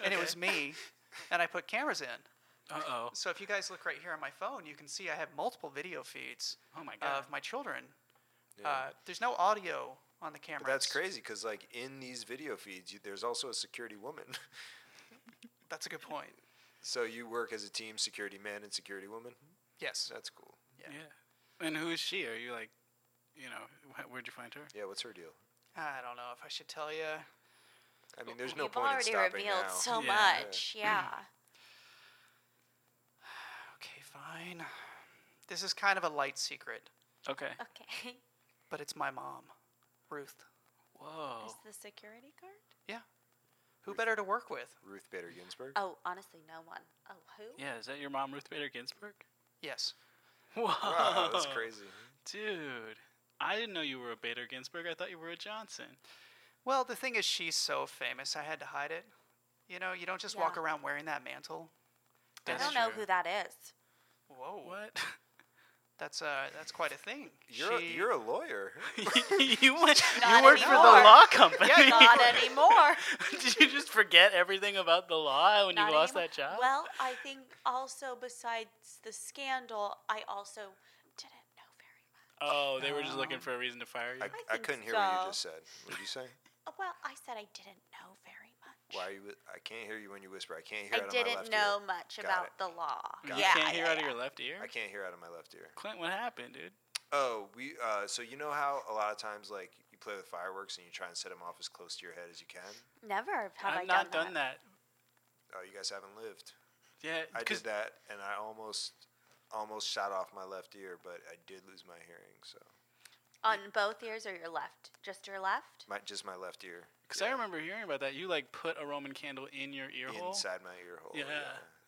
S5: and it was me, and I put cameras in.
S4: Uh oh.
S5: So if you guys look right here on my phone, you can see I have multiple video feeds
S4: Oh my god.
S5: of my children.
S3: Yeah.
S5: Uh, there's no audio on the camera.
S3: But that's crazy because, like, in these video feeds, you, there's also a security woman.
S5: That's a good point.
S3: so you work as a team, security man and security woman.
S5: Yes.
S3: That's cool.
S4: yeah. And who is she? Are you like, you know, wh- where'd you find her?
S3: Yeah. What's her deal?
S5: I don't know if I should tell you.
S3: I mean, there's
S2: You've
S3: no point in
S2: already
S3: stopping
S2: revealed
S3: now.
S2: so
S4: Yeah.
S2: much. Yeah.
S5: Okay, fine. This is kind of a light secret,
S4: Okay.
S2: okay.
S5: but it's my mom, Ruth.
S4: Whoa.
S2: Is the security guard?
S5: Yeah. Who better to work with?
S3: Ruth Bader Ginsburg.
S2: Oh, honestly, no one. Oh, who?
S4: Yeah, is that your mom, Ruth Bader Ginsburg?
S5: Yes.
S4: Whoa.
S3: Wow, that's crazy.
S4: Dude, I didn't know you were a Bader Ginsburg. I thought you were a Johnson.
S5: Well, the thing is, she's so famous, I had to hide it. You know, you don't just walk
S2: Yeah.
S5: around wearing that mantle.
S2: I don't know who that is.
S5: Whoa.
S4: What?
S5: That's uh, that's quite a thing.
S3: You're
S5: She-
S3: a, you're a lawyer.
S4: you went.
S2: Not
S4: you worked for the
S2: anymore.
S4: law company.
S5: Yeah,
S2: Not anymore.
S4: Did you just forget everything about the law when
S2: Not
S4: you lost
S2: anymore.
S4: that job?
S2: Well, I think also besides the scandal, I also didn't know very much.
S4: oh, they were just
S5: Oh.
S4: looking for a reason to fire you.
S3: I, I
S2: think
S3: couldn't hear what
S2: so.
S3: you just said. What did you say?
S2: Uh, Well, I said I didn't know very much.
S3: Why are you? whi- I can't hear you when you whisper. I can't
S2: I
S3: hear out of my left
S2: didn't know
S3: ear.
S2: much
S3: Got
S2: about
S3: it.
S2: the law.
S4: you
S2: yeah,
S4: can't hear
S2: yeah,
S4: out of
S2: yeah.
S4: your left ear.
S3: I can't hear out of my left ear.
S4: Clint, what happened, dude?
S3: Oh, we. Uh, so you know how a lot of times, like you play with fireworks and you try and set them off as close to your head as you can.
S2: Never have I
S4: I've not
S2: done,
S4: done that.
S3: Oh, you guys haven't lived.
S4: Yeah,
S3: I
S4: 'cause-
S3: did that, and I almost, almost shot off my left ear, but I did lose my hearing. So
S2: On both ears or your left? Just your left?
S3: my just my left ear.
S4: Because I
S3: yeah,
S4: remember hearing about that. You like put a Roman candle in your ear hole.
S3: inside my ear hole.
S4: Yeah.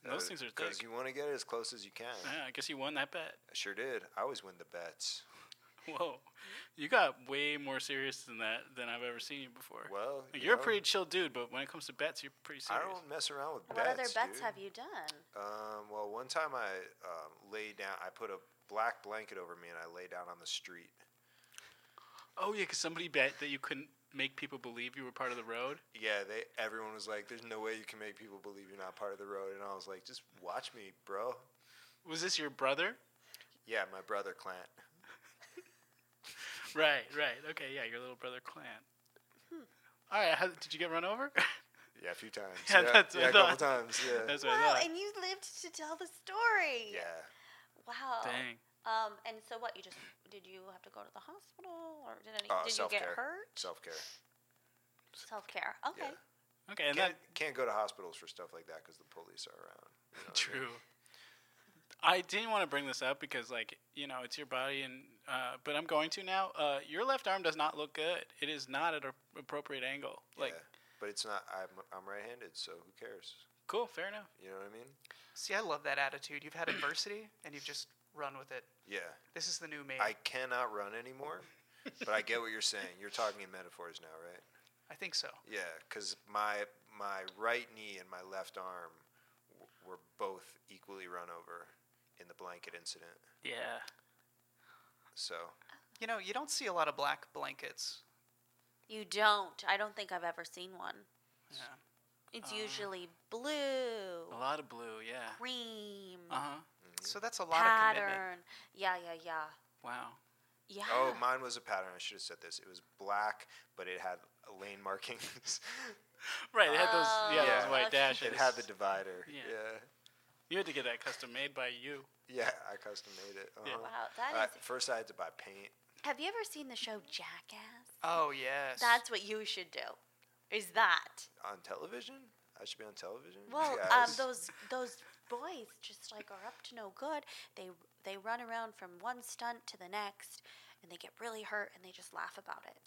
S4: Those things are
S3: because
S4: thick.
S3: you want to get it as close as you can.
S4: Yeah, I guess you won that bet.
S3: I sure did. I always win the bets.
S4: Whoa, you got way more serious than that than I've ever seen you before.
S3: Well,
S4: Like,
S3: you
S4: you're a
S3: know,
S4: pretty chill dude, but when it comes to bets, you're pretty
S3: I
S4: serious.
S3: don't mess around with
S2: what
S3: bets.
S2: other bets
S3: dude.
S2: have you done?
S3: Um, well, one time I um, lay down. I put a black blanket over me and I lay down on the street.
S4: Oh yeah, because somebody bet that you couldn't make people believe you were part of the road.
S3: Yeah, they. Everyone was like, "There's no way you can make people believe you're not part of the road." And I was like, "Just watch me, bro."
S4: Was this your brother?
S3: Yeah, my brother Clint.
S4: Right, right. Okay, yeah, your little brother Clan. All right, how, did you get run over?
S3: Yeah, a few times.
S4: Yeah, that's what
S3: yeah
S4: I
S3: a couple
S4: thought.
S3: times. Yeah.
S4: That's what I
S2: Wow,
S4: thought.
S2: and you lived to tell the story.
S3: yeah.
S2: Wow.
S4: Dang.
S2: Um, and so what? You just did you have to go to the hospital, or did any?
S3: Uh,
S2: did you
S3: self-care.
S2: get hurt?
S3: Self care.
S2: Self care. Okay.
S4: Okay, and
S3: Can't,
S4: that
S3: can't go to hospitals for stuff like that because the police are around. you know what I mean?
S4: True. I didn't want to bring this up because, like, you know, it's your body, and uh, but I'm going to now. Uh, your left arm does not look good. It is not at an appropriate angle. Like,
S3: yeah. But it's not. I'm I'm right handed, so who cares?
S4: cool, fair enough.
S3: You know what I mean?
S5: See, I love that attitude. You've had adversity, and you've just run with it.
S3: Yeah.
S5: This is the new me.
S3: I cannot run anymore. but I get what you're saying. You're talking in metaphors now, right?
S5: I think so.
S3: Yeah, because my my right knee and my left arm w- were both equally run over in the blanket incident.
S4: Yeah.
S3: So
S5: You know, you don't see a lot of black blankets.
S2: You don't. I don't think I've ever seen one.
S5: Yeah.
S2: It's
S4: Uh,
S2: usually blue,
S4: A lot of blue, yeah.
S2: cream,
S4: Uh huh.
S3: Mm. mm-hmm.
S5: So that's a lot of commitment.
S2: pattern. Yeah, yeah, yeah,
S4: Wow.
S2: yeah.
S3: oh, mine was a pattern. I should have said this. It was black, but it had lane markings.
S4: Right, it had those, yeah,
S3: Oh,
S4: those white
S2: okay.
S4: dashes.
S3: it had the divider.
S4: Yeah.
S3: Yeah,
S4: you had to get that custom made by you.
S3: yeah. I custom made it.
S4: Yeah.
S3: uh-huh.
S2: wow, that
S3: I-
S2: is
S3: first, I had to buy paint.
S2: Have you ever seen the show Jackass?
S5: Oh yes.
S2: That's what you should do. Is that?
S3: on television? I should be on television.
S2: Well,
S3: Yeah,
S2: um,
S3: it's-
S2: those those boys just like are up to no good. They they run around from one stunt to the next, and they get really hurt, and they just laugh about it.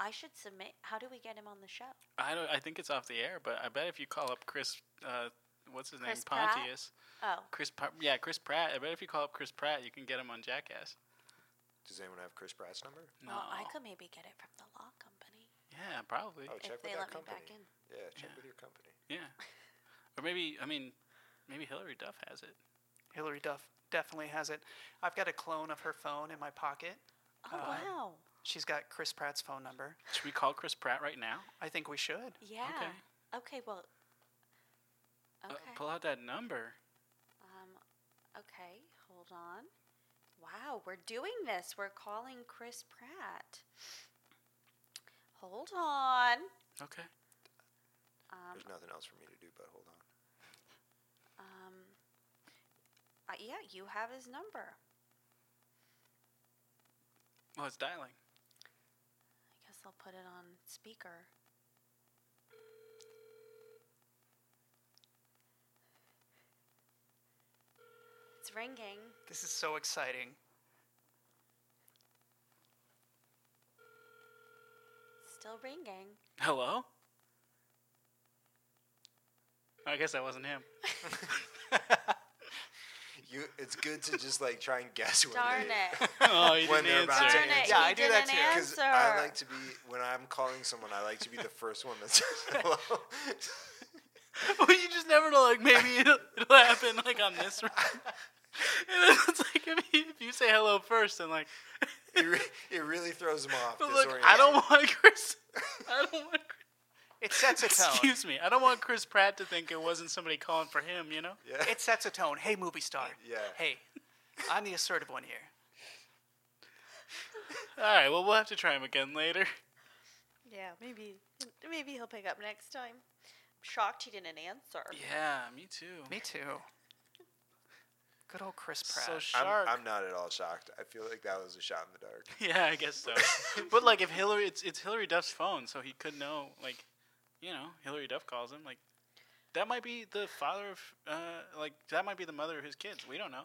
S2: I should submit. How do we get him on the show?
S4: I don't. I think it's off the air, but I bet if you call up Chris, uh, what's his
S2: Chris
S4: name,
S2: Pratt?
S4: Pontius,
S2: Oh,
S4: Chris, Pa- yeah, Chris Pratt. I bet if you call up Chris Pratt, you can get him on Jackass.
S3: Does anyone have Chris Pratt's number?
S2: well, I could maybe get it from the law company
S4: Yeah, probably.
S3: Oh, check
S2: if they
S3: with that
S2: let
S3: company.
S2: me back in.
S3: Yeah, check
S4: Yeah.
S3: with your company.
S4: Yeah, or maybe I mean, maybe Hillary Duff has it.
S5: Hillary Duff definitely has it. I've got a clone of her phone in my pocket.
S2: Oh wow!
S5: She's got Chris Pratt's phone number.
S4: Should we call Chris Pratt right now?
S5: I think we should.
S2: Yeah. Okay. well.
S4: Uh,
S3: Uh,
S2: Okay.
S4: pull out that number.
S2: Um, okay, hold on. Wow, we're doing this. We're calling Chris Pratt. Hold on.
S4: Okay.
S2: Um,
S3: There's nothing else for me to do but hold on.
S2: um, uh, yeah, you have his number.
S4: Well, it's dialing.
S2: I guess I'll put it on speaker. It's ringing.
S5: This is so exciting.
S2: Still ringing.
S4: Hello. I guess that wasn't him.
S3: You, it's good to just like try and guess when
S2: Darn
S3: they,
S2: it.
S4: Oh, you
S3: When
S4: didn't
S3: they're about to
S4: answer.
S2: Darn it.
S3: Yeah,
S2: he
S5: I do that
S2: didn't
S5: too.
S3: Because I
S2: answer.
S3: like to be when I'm calling someone, I like to be the first one that says hello.
S4: well, you just never know. Like maybe it'll, it'll happen like on this round. And then it's like if you, if you say hello first, and like,
S3: it, re- it really throws them off.
S4: but look, I don't want Chris. I don't want.
S5: It sets a tone.
S4: Excuse me. I don't want Chris Pratt to think it wasn't somebody calling for him. You know.
S3: Yeah.
S5: It sets a tone. Hey, movie star.
S3: Yeah.
S5: Hey, I'm the assertive one here.
S4: All right. Well, we'll have to try him again later.
S2: Yeah, maybe maybe he'll pick up next time. I'm shocked he didn't answer.
S4: Yeah, me too.
S5: Me too. Good old Chris Pratt.
S4: So sharp.
S3: I'm, I'm not at all shocked. I feel like that was a shot in the dark.
S4: Yeah, I guess so. but like, if Hillary, it's it's Hillary Duff's phone, so he could know. Like, you know, Hillary Duff calls him. Like, that might be the father of, uh, like that might be the mother of his kids. We don't know,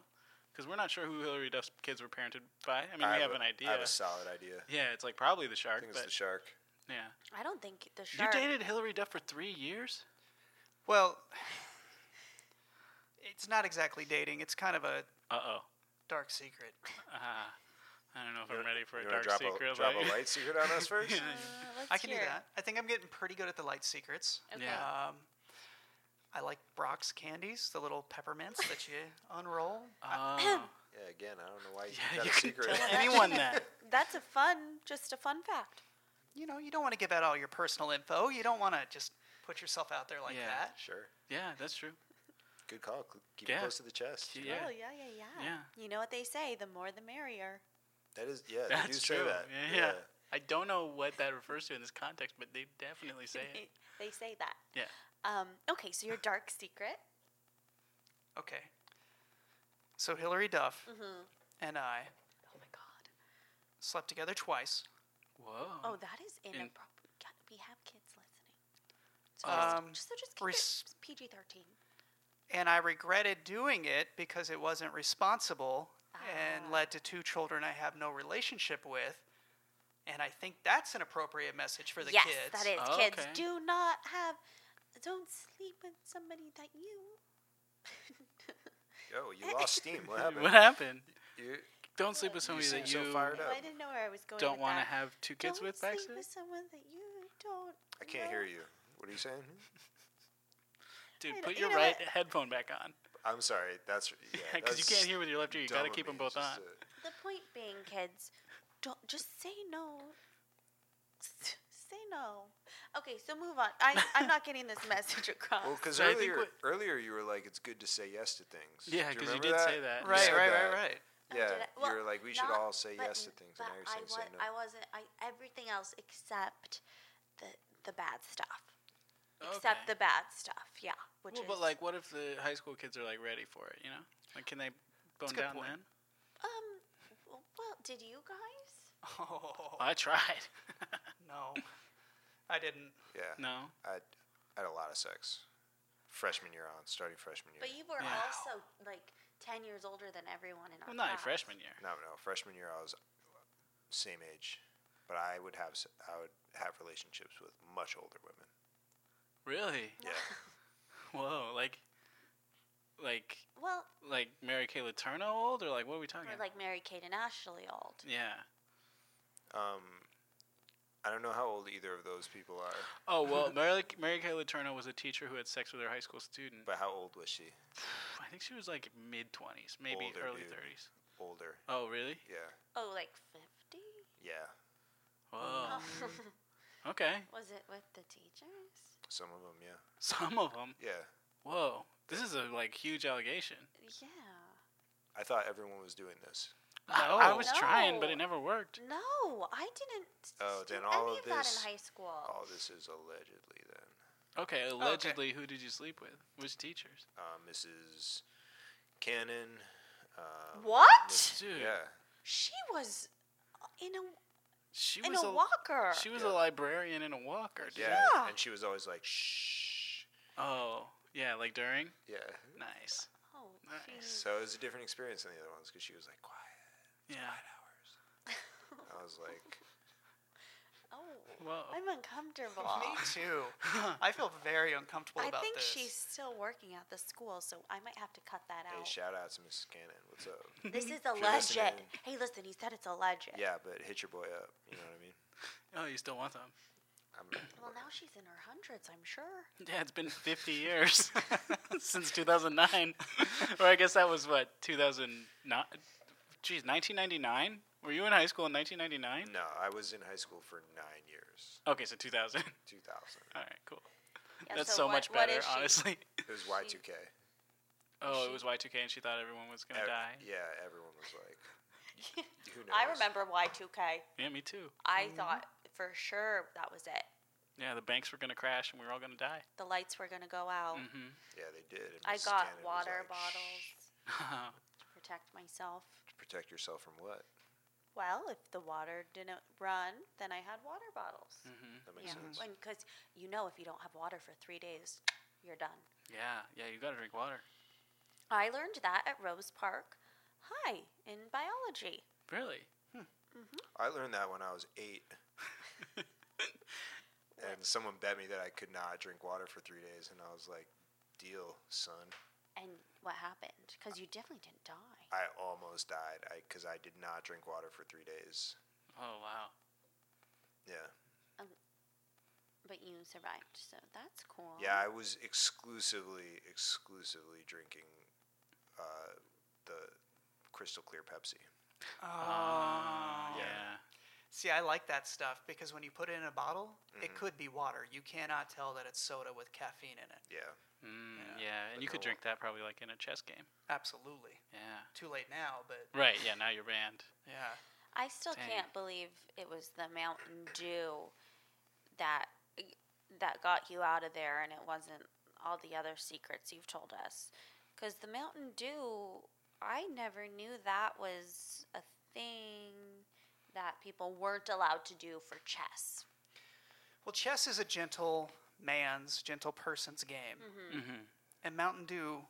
S4: because we're not sure who Hillary Duff's kids were parented by. I mean, we have
S3: a-
S4: an idea.
S3: I have a solid idea. I
S4: yeah, it's like probably the shark.
S3: think it's
S4: But
S3: the shark.
S4: yeah,
S2: I don't think the shark.
S4: you dated Hillary Duff for three years.
S5: well, it's not exactly dating. It's kind of a
S4: Uh oh.
S5: dark secret.
S4: Ah, I don't know if I'm ready for a
S3: You wanna
S4: dark
S3: drop
S4: secret.
S3: A, drop
S4: like-
S3: a light secret on us first.
S2: Uh, let's
S5: I can
S2: hear
S5: do
S2: it.
S5: that. I think I'm getting pretty good at the light secrets.
S2: Okay.
S4: Yeah.
S5: Um, I like Brock's candies, the little peppermints that you unroll.
S4: Oh,
S3: yeah. Again, I don't know why you
S4: yeah,
S3: got
S4: you
S3: a
S4: could
S3: secret.
S4: tell anyone that.
S2: That's a fun, just a fun fact.
S5: You know, you don't want to give out all your personal info. You don't want to just put yourself out there like
S4: Yeah.
S5: that.
S3: sure.
S4: Yeah, that's true.
S3: Good call. Cl- Keep
S4: Yeah.
S3: it close to the chest.
S4: Yeah.
S2: Oh yeah, yeah, yeah.
S4: Yeah.
S2: You know what they say: the more, the merrier.
S3: That is. Yeah. they
S4: That's
S3: do
S4: true.
S3: Say that.
S4: Yeah, yeah. I don't know what that refers to in this context, but they definitely say it.
S2: they say that.
S4: Yeah.
S2: Um, okay, so your dark secret.
S5: Okay. So Hillary Duff
S2: Mm-hmm.
S5: and I
S2: Oh my god.
S5: slept together twice.
S4: Whoa.
S2: Oh, that is inappropriate. God, we have kids listening. So
S5: Um,
S2: just, so just keep
S5: res-
S2: it PG thirteen.
S5: and I regretted doing it because it wasn't responsible
S2: Ah.
S5: and led to two children I have no relationship with. And I think that's an appropriate message for the
S2: yes,
S5: kids.
S2: that is.
S4: Oh,
S2: kids
S4: okay.
S2: do not have. Don't sleep with somebody that you.
S3: Oh, you lost steam. What happened?
S4: what happened?
S3: You,
S4: Don't sleep with somebody
S3: seem
S4: that
S3: so
S4: you
S3: fired up.
S2: I didn't know where I was going.
S4: don't
S2: want to
S4: have two kids
S2: don't
S4: with, by
S2: sleep
S4: accident.
S2: with someone that you don't.
S3: I can't hear you. What are you saying?
S2: I
S4: Dude, put
S2: don't-
S4: your
S2: you know
S4: right
S2: what?
S4: headphone back on.
S3: I'm sorry. That's yeah.
S4: Yeah, because you
S3: that's
S4: can't hear with your left ear. You
S3: dumb
S4: gotta
S3: of
S4: keep
S3: me,
S4: them both on.
S3: just to-
S2: The point being, kids, don't just say no. S- Say no. Okay, so move on. I, I'm not getting this message across.
S3: Well, because
S4: So I
S3: earlier,
S4: think what-
S3: earlier you were like, it's good to say yes to things. Do
S4: Yeah, 'cause you
S3: remember
S4: did say that.
S3: You
S4: Right,
S3: said
S4: right,
S3: that.
S2: Oh,
S3: Yeah,
S2: did I-
S3: you were like, we should
S2: not-
S3: all say
S2: but
S3: yes to
S2: n-
S3: things,
S2: but
S3: and now you're saying
S2: I
S3: say
S2: wa-
S3: no.
S2: I wasn't. I everything else except the the bad stuff. Except the bad stuff. Yeah. Which
S4: Well,
S2: is
S4: but like, what if the high school kids are like ready for it? You know, like, can they bone
S5: a good
S4: down
S5: point.
S4: then?
S2: um. w- Well, did you guys?
S5: Oh
S4: I tried.
S5: no, I didn't.
S3: Yeah.
S4: no.
S3: I, I had a lot of sex. Freshman year on, starting freshman year.
S2: But you were
S4: Yeah.
S2: also like ten years older than everyone in our
S4: Well, not in
S2: class.
S4: freshman year.
S3: No, no. Freshman year, I was same age, but I would have s- I would have relationships with much older women.
S4: Really?
S3: Yeah,
S4: Whoa. Like, like,
S2: Well,
S4: like Mary Kay Letourneau old, or like what are we talking?
S2: we're like Mary Kate and Ashley old.
S4: yeah.
S3: um, I don't know how old either of those people are,
S4: Oh well, Mary Mary Kay Letourneau was a teacher who had sex with her high school student.
S3: but how old was she?
S4: I think she was like mid twenties, maybe
S3: Older
S4: early
S3: dude.
S4: thirties.
S3: Older.
S4: Oh really?
S3: Yeah,
S2: Oh, like fifty? Oh.
S3: yeah.
S4: Whoa. Okay.
S2: Was it with the teachers?
S3: Some of them, yeah,
S4: Some of them.
S3: yeah.
S4: Whoa. This is a like huge allegation.
S2: Yeah.
S3: I thought everyone was doing this.
S4: I, I was
S2: No.
S4: trying, but it never worked.
S2: No, I didn't. s-
S3: Oh,
S2: do
S3: then all
S2: any
S3: of
S2: that
S3: this-
S2: in high school.
S3: All Oh, this is allegedly then.
S4: Okay. Allegedly, who did you sleep with? Which teachers?
S3: Uh, Mrs. Cannon. Um,
S2: What?
S4: Dude,
S3: Yeah,
S2: She was uh, in a
S4: she
S2: in
S4: was
S2: a,
S4: a,
S2: walker.
S4: she was
S3: Yeah.
S4: a librarian and a walker. Dude.
S3: yeah.
S2: Yeah.
S3: And she was always like, shh.
S4: Oh yeah, like during.
S3: Yeah.
S4: Nice.
S2: oh,
S4: Nice.
S2: geez.
S3: So it was a different experience than the other ones because she was like quiet
S4: Yeah.
S3: hours. I was like,
S2: Oh,
S4: Whoa.
S2: I'm uncomfortable.
S5: Me too. I feel very uncomfortable
S2: I
S5: about
S2: think
S5: this.
S2: she's still working at the school, so I might have to cut that
S3: hey,
S2: out.
S3: shout out to Mrs. Cannon. What's up?
S2: this
S4: Mm-hmm.
S2: is
S3: listening.
S2: alleged. Hey, listen, he said it's alleged.
S3: yeah, but hit your boy up. You know what I mean?
S4: Oh, you still want them?
S3: I'm,
S2: Well, now she's in her hundreds, I'm sure.
S4: Yeah, it's been 50 years since 2009. or I guess that was what 2009. Geez, 1999. Were you in high school in 1999?
S3: no, I was in high school for nine years,
S4: Okay, so 2000.
S3: 2000.
S4: All right, cool.
S2: Yeah,
S4: That's
S2: so,
S4: so
S2: what-
S4: much
S2: what
S4: better,
S2: is she?
S4: honestly.
S3: It was Y2K.
S4: Oh,
S2: she-
S4: it was Y2K, and she thought everyone was gonna
S3: Ev-
S4: die.
S3: Yeah, everyone was like, who knows?
S2: I remember Y2K.
S4: Yeah, me too.
S2: I thought for sure that was it.
S4: Yeah, the banks were gonna crash, and we were all gonna die.
S2: The lights were going to go out.
S4: Mm-hmm.
S3: Yeah, they did. and
S2: I
S3: Mrs.
S2: got
S3: Cannon was
S2: water
S3: like, "Shh,
S2: bottles
S4: oh,
S2: to protect myself.
S3: to protect yourself from what?
S2: Well, if the water didn't run, then I had water bottles.
S4: Mm.
S3: That makes
S2: Yeah,
S3: sense.
S2: because you know if you don't have water for three days, you're done.
S4: yeah, yeah. You gotta drink water.
S2: I learned that at Rose Park High in biology.
S4: Really?
S3: I learned that when I was eight. and someone bet me that I could not drink water for three days, and I was like, deal, son.
S2: And what happened? Because you definitely didn't die.
S3: I almost died because I, did not drink water for three days.
S4: Oh wow.
S3: Yeah.
S2: But you survived, so that's cool.
S3: Yeah, I was exclusively, exclusively drinking uh, the crystal clear Pepsi.
S4: Ah,
S5: Oh.
S4: yeah.
S5: See, I like that stuff because when you put it in a bottle, it
S3: Mhm.
S5: could be water. You cannot tell that it's soda with caffeine in it.
S3: Yeah.
S4: Mm,
S5: Yeah.
S4: yeah.
S3: But
S4: And you could
S3: no-
S4: drink that probably like in a chess game.
S5: Absolutely.
S4: Yeah.
S5: Too late now, but
S4: Right. Yeah. Now you're banned.
S5: yeah.
S2: I still
S4: Dang.
S2: can't believe it was the Mountain Dew that that got you out of there, and it wasn't all the other secrets you've told us. Because the Mountain Dew, I never knew that was a thing that people weren't allowed to do for chess.
S5: Well, chess is a gentle man's, gentle person's game.
S2: Mm.
S4: Mm-hmm.
S5: And Mountain Dew,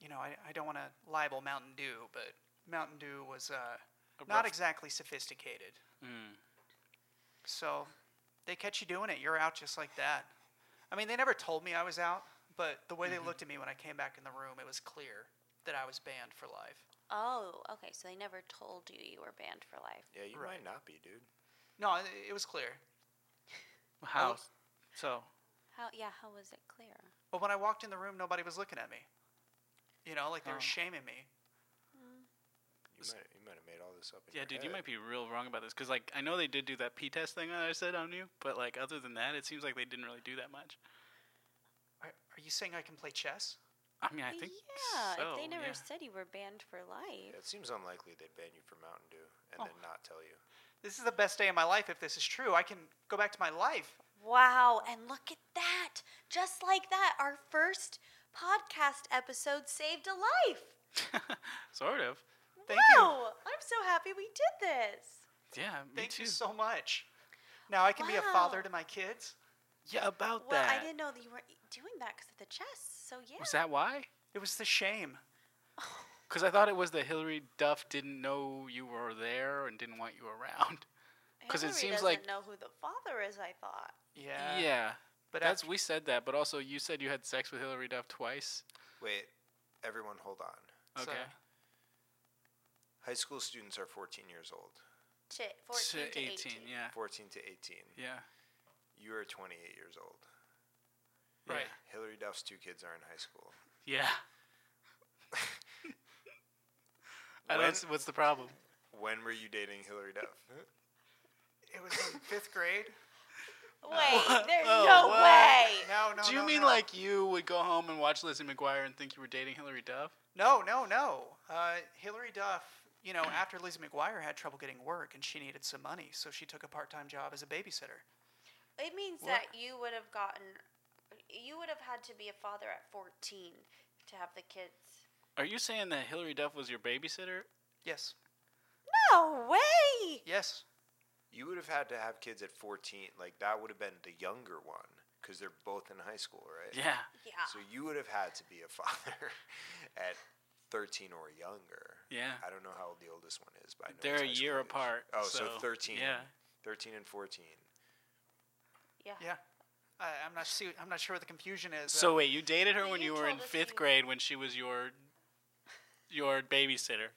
S5: you know, I, I don't want to libel Mountain Dew, but Mountain Dew was uh, not
S4: rough-
S5: exactly sophisticated.
S4: Mm.
S5: So they catch you doing it. You're out just like that. I mean, they never told me I was out, but the way
S4: Mm-hmm.
S5: they looked at me when I came back in the room, it was clear that I was banned for life.
S2: Oh, okay. So they never told you you were banned for life.
S3: Yeah, you
S5: Right.
S3: might not be, dude.
S5: No, it, it was clear.
S4: How?
S5: looked-
S4: So.
S2: How? Yeah. How was it clear?
S5: But when I walked in the room, nobody was looking at me. You know, like they
S4: Oh.
S5: were shaming me.
S3: You might, you might have made all this up. In
S4: Yeah,
S3: your
S4: dude, you
S3: head.
S4: might be real wrong about this because, like, I know they did do that P test thing that I said on you, but like, other than that, it seems like they didn't really do that much.
S5: Are, are you saying I can play chess?
S4: I mean, I think
S2: yeah.
S4: so.
S2: if they never
S4: yeah.
S2: said you were banned for life.
S3: Yeah, it seems unlikely they'd ban you for Mountain Dew and
S4: Oh.
S3: then not tell you.
S5: This is the best day of my life if this is true. I can go back to my life.
S2: Wow, and look at that. Just like that, our first podcast episode saved a life.
S4: sort of.
S5: Thank you.
S2: Wow, I'm so happy we did this.
S4: Yeah, me
S5: Thank
S4: too.
S5: you so much. Now I can be a father
S2: Wow.
S5: to my kids.
S4: yeah, about
S2: Well,
S4: that.
S2: I didn't know that you were doing that because of the chess. So yeah.
S4: Was that why?
S5: It was the shame.
S4: Because I thought it was that Hillary Duff didn't know you were there and didn't want you around. 'Cause it
S2: Hillary
S4: seems
S2: doesn't
S4: like-
S2: know who the father is. I thought.
S5: Yeah.
S4: yeah,
S5: But
S4: that's
S5: after,
S4: we said that, but also you said you had sex with Hillary Duff twice.
S3: Wait, everyone, hold on.
S4: Okay,
S5: So-
S3: High school students are 14 years old,
S2: To 14 to 18.
S4: yeah,
S3: 14 to 18.
S4: yeah,
S3: You are 28 years old.
S4: right,
S3: Hillary Duff's two kids are in high school.
S4: yeah. I
S3: When-
S4: don't. see- What's the problem?
S3: When were you dating Hillary Duff?
S5: it was in fifth grade.
S2: Wait, there's
S4: oh,
S2: no
S4: what?
S2: way.
S5: No, no.
S4: Do you
S5: no,
S4: mean
S5: no.
S4: like you would go home and watch Lizzie McGuire and think you were dating Hillary Duff?
S5: No, no, no. Uh, Hillary Duff, you know, after Lizzie McGuire had trouble getting work and she needed some money, so she took a part-time job as a babysitter.
S2: It means
S4: What?
S2: that you would have gotten, you would have had to be a father at 14 to have the kids.
S4: Are you saying that Hillary Duff was your babysitter?
S5: Yes.
S2: No way.
S5: Yes.
S3: You would have had to have kids at 14. Like, that would have been the younger one because they're both in high school, right?
S4: Yeah.
S2: Yeah.
S3: So you would have had to be a father at 13 or younger.
S4: Yeah.
S3: I don't know how old the oldest one is, but I know
S4: They're
S3: it's
S4: a
S3: high school
S4: year
S3: age.
S4: apart,
S3: Oh, so,
S4: so,
S3: 13.
S4: yeah.
S3: 13 and 14.
S2: yeah.
S5: Yeah. I, I'm not. su- I'm not sure what the confusion is.
S4: So wait, you dated her
S2: So
S4: when
S2: you
S4: you were in
S2: told us
S4: fifth
S2: you-
S4: grade when she was your your babysitter,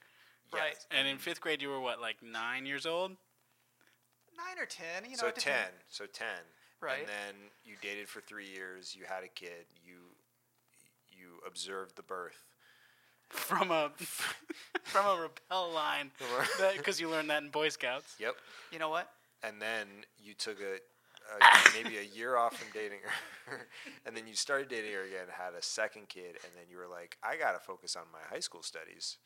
S5: Right.
S4: and in fifth grade you were what, like nine years old?
S5: nine or ten. You know.
S3: so
S5: it
S3: 10.
S5: depend-
S3: So 10.
S5: Right.
S3: And then you dated for three years. You had a kid. You you observed the birth.
S4: From a from a rappel line, because you learned that in Boy Scouts.
S3: Yep.
S5: You know what?
S3: And then you took a, a maybe a year off from dating her, and then you started dating her again. Had a second kid, and then you were like, I gotta focus on my high school studies.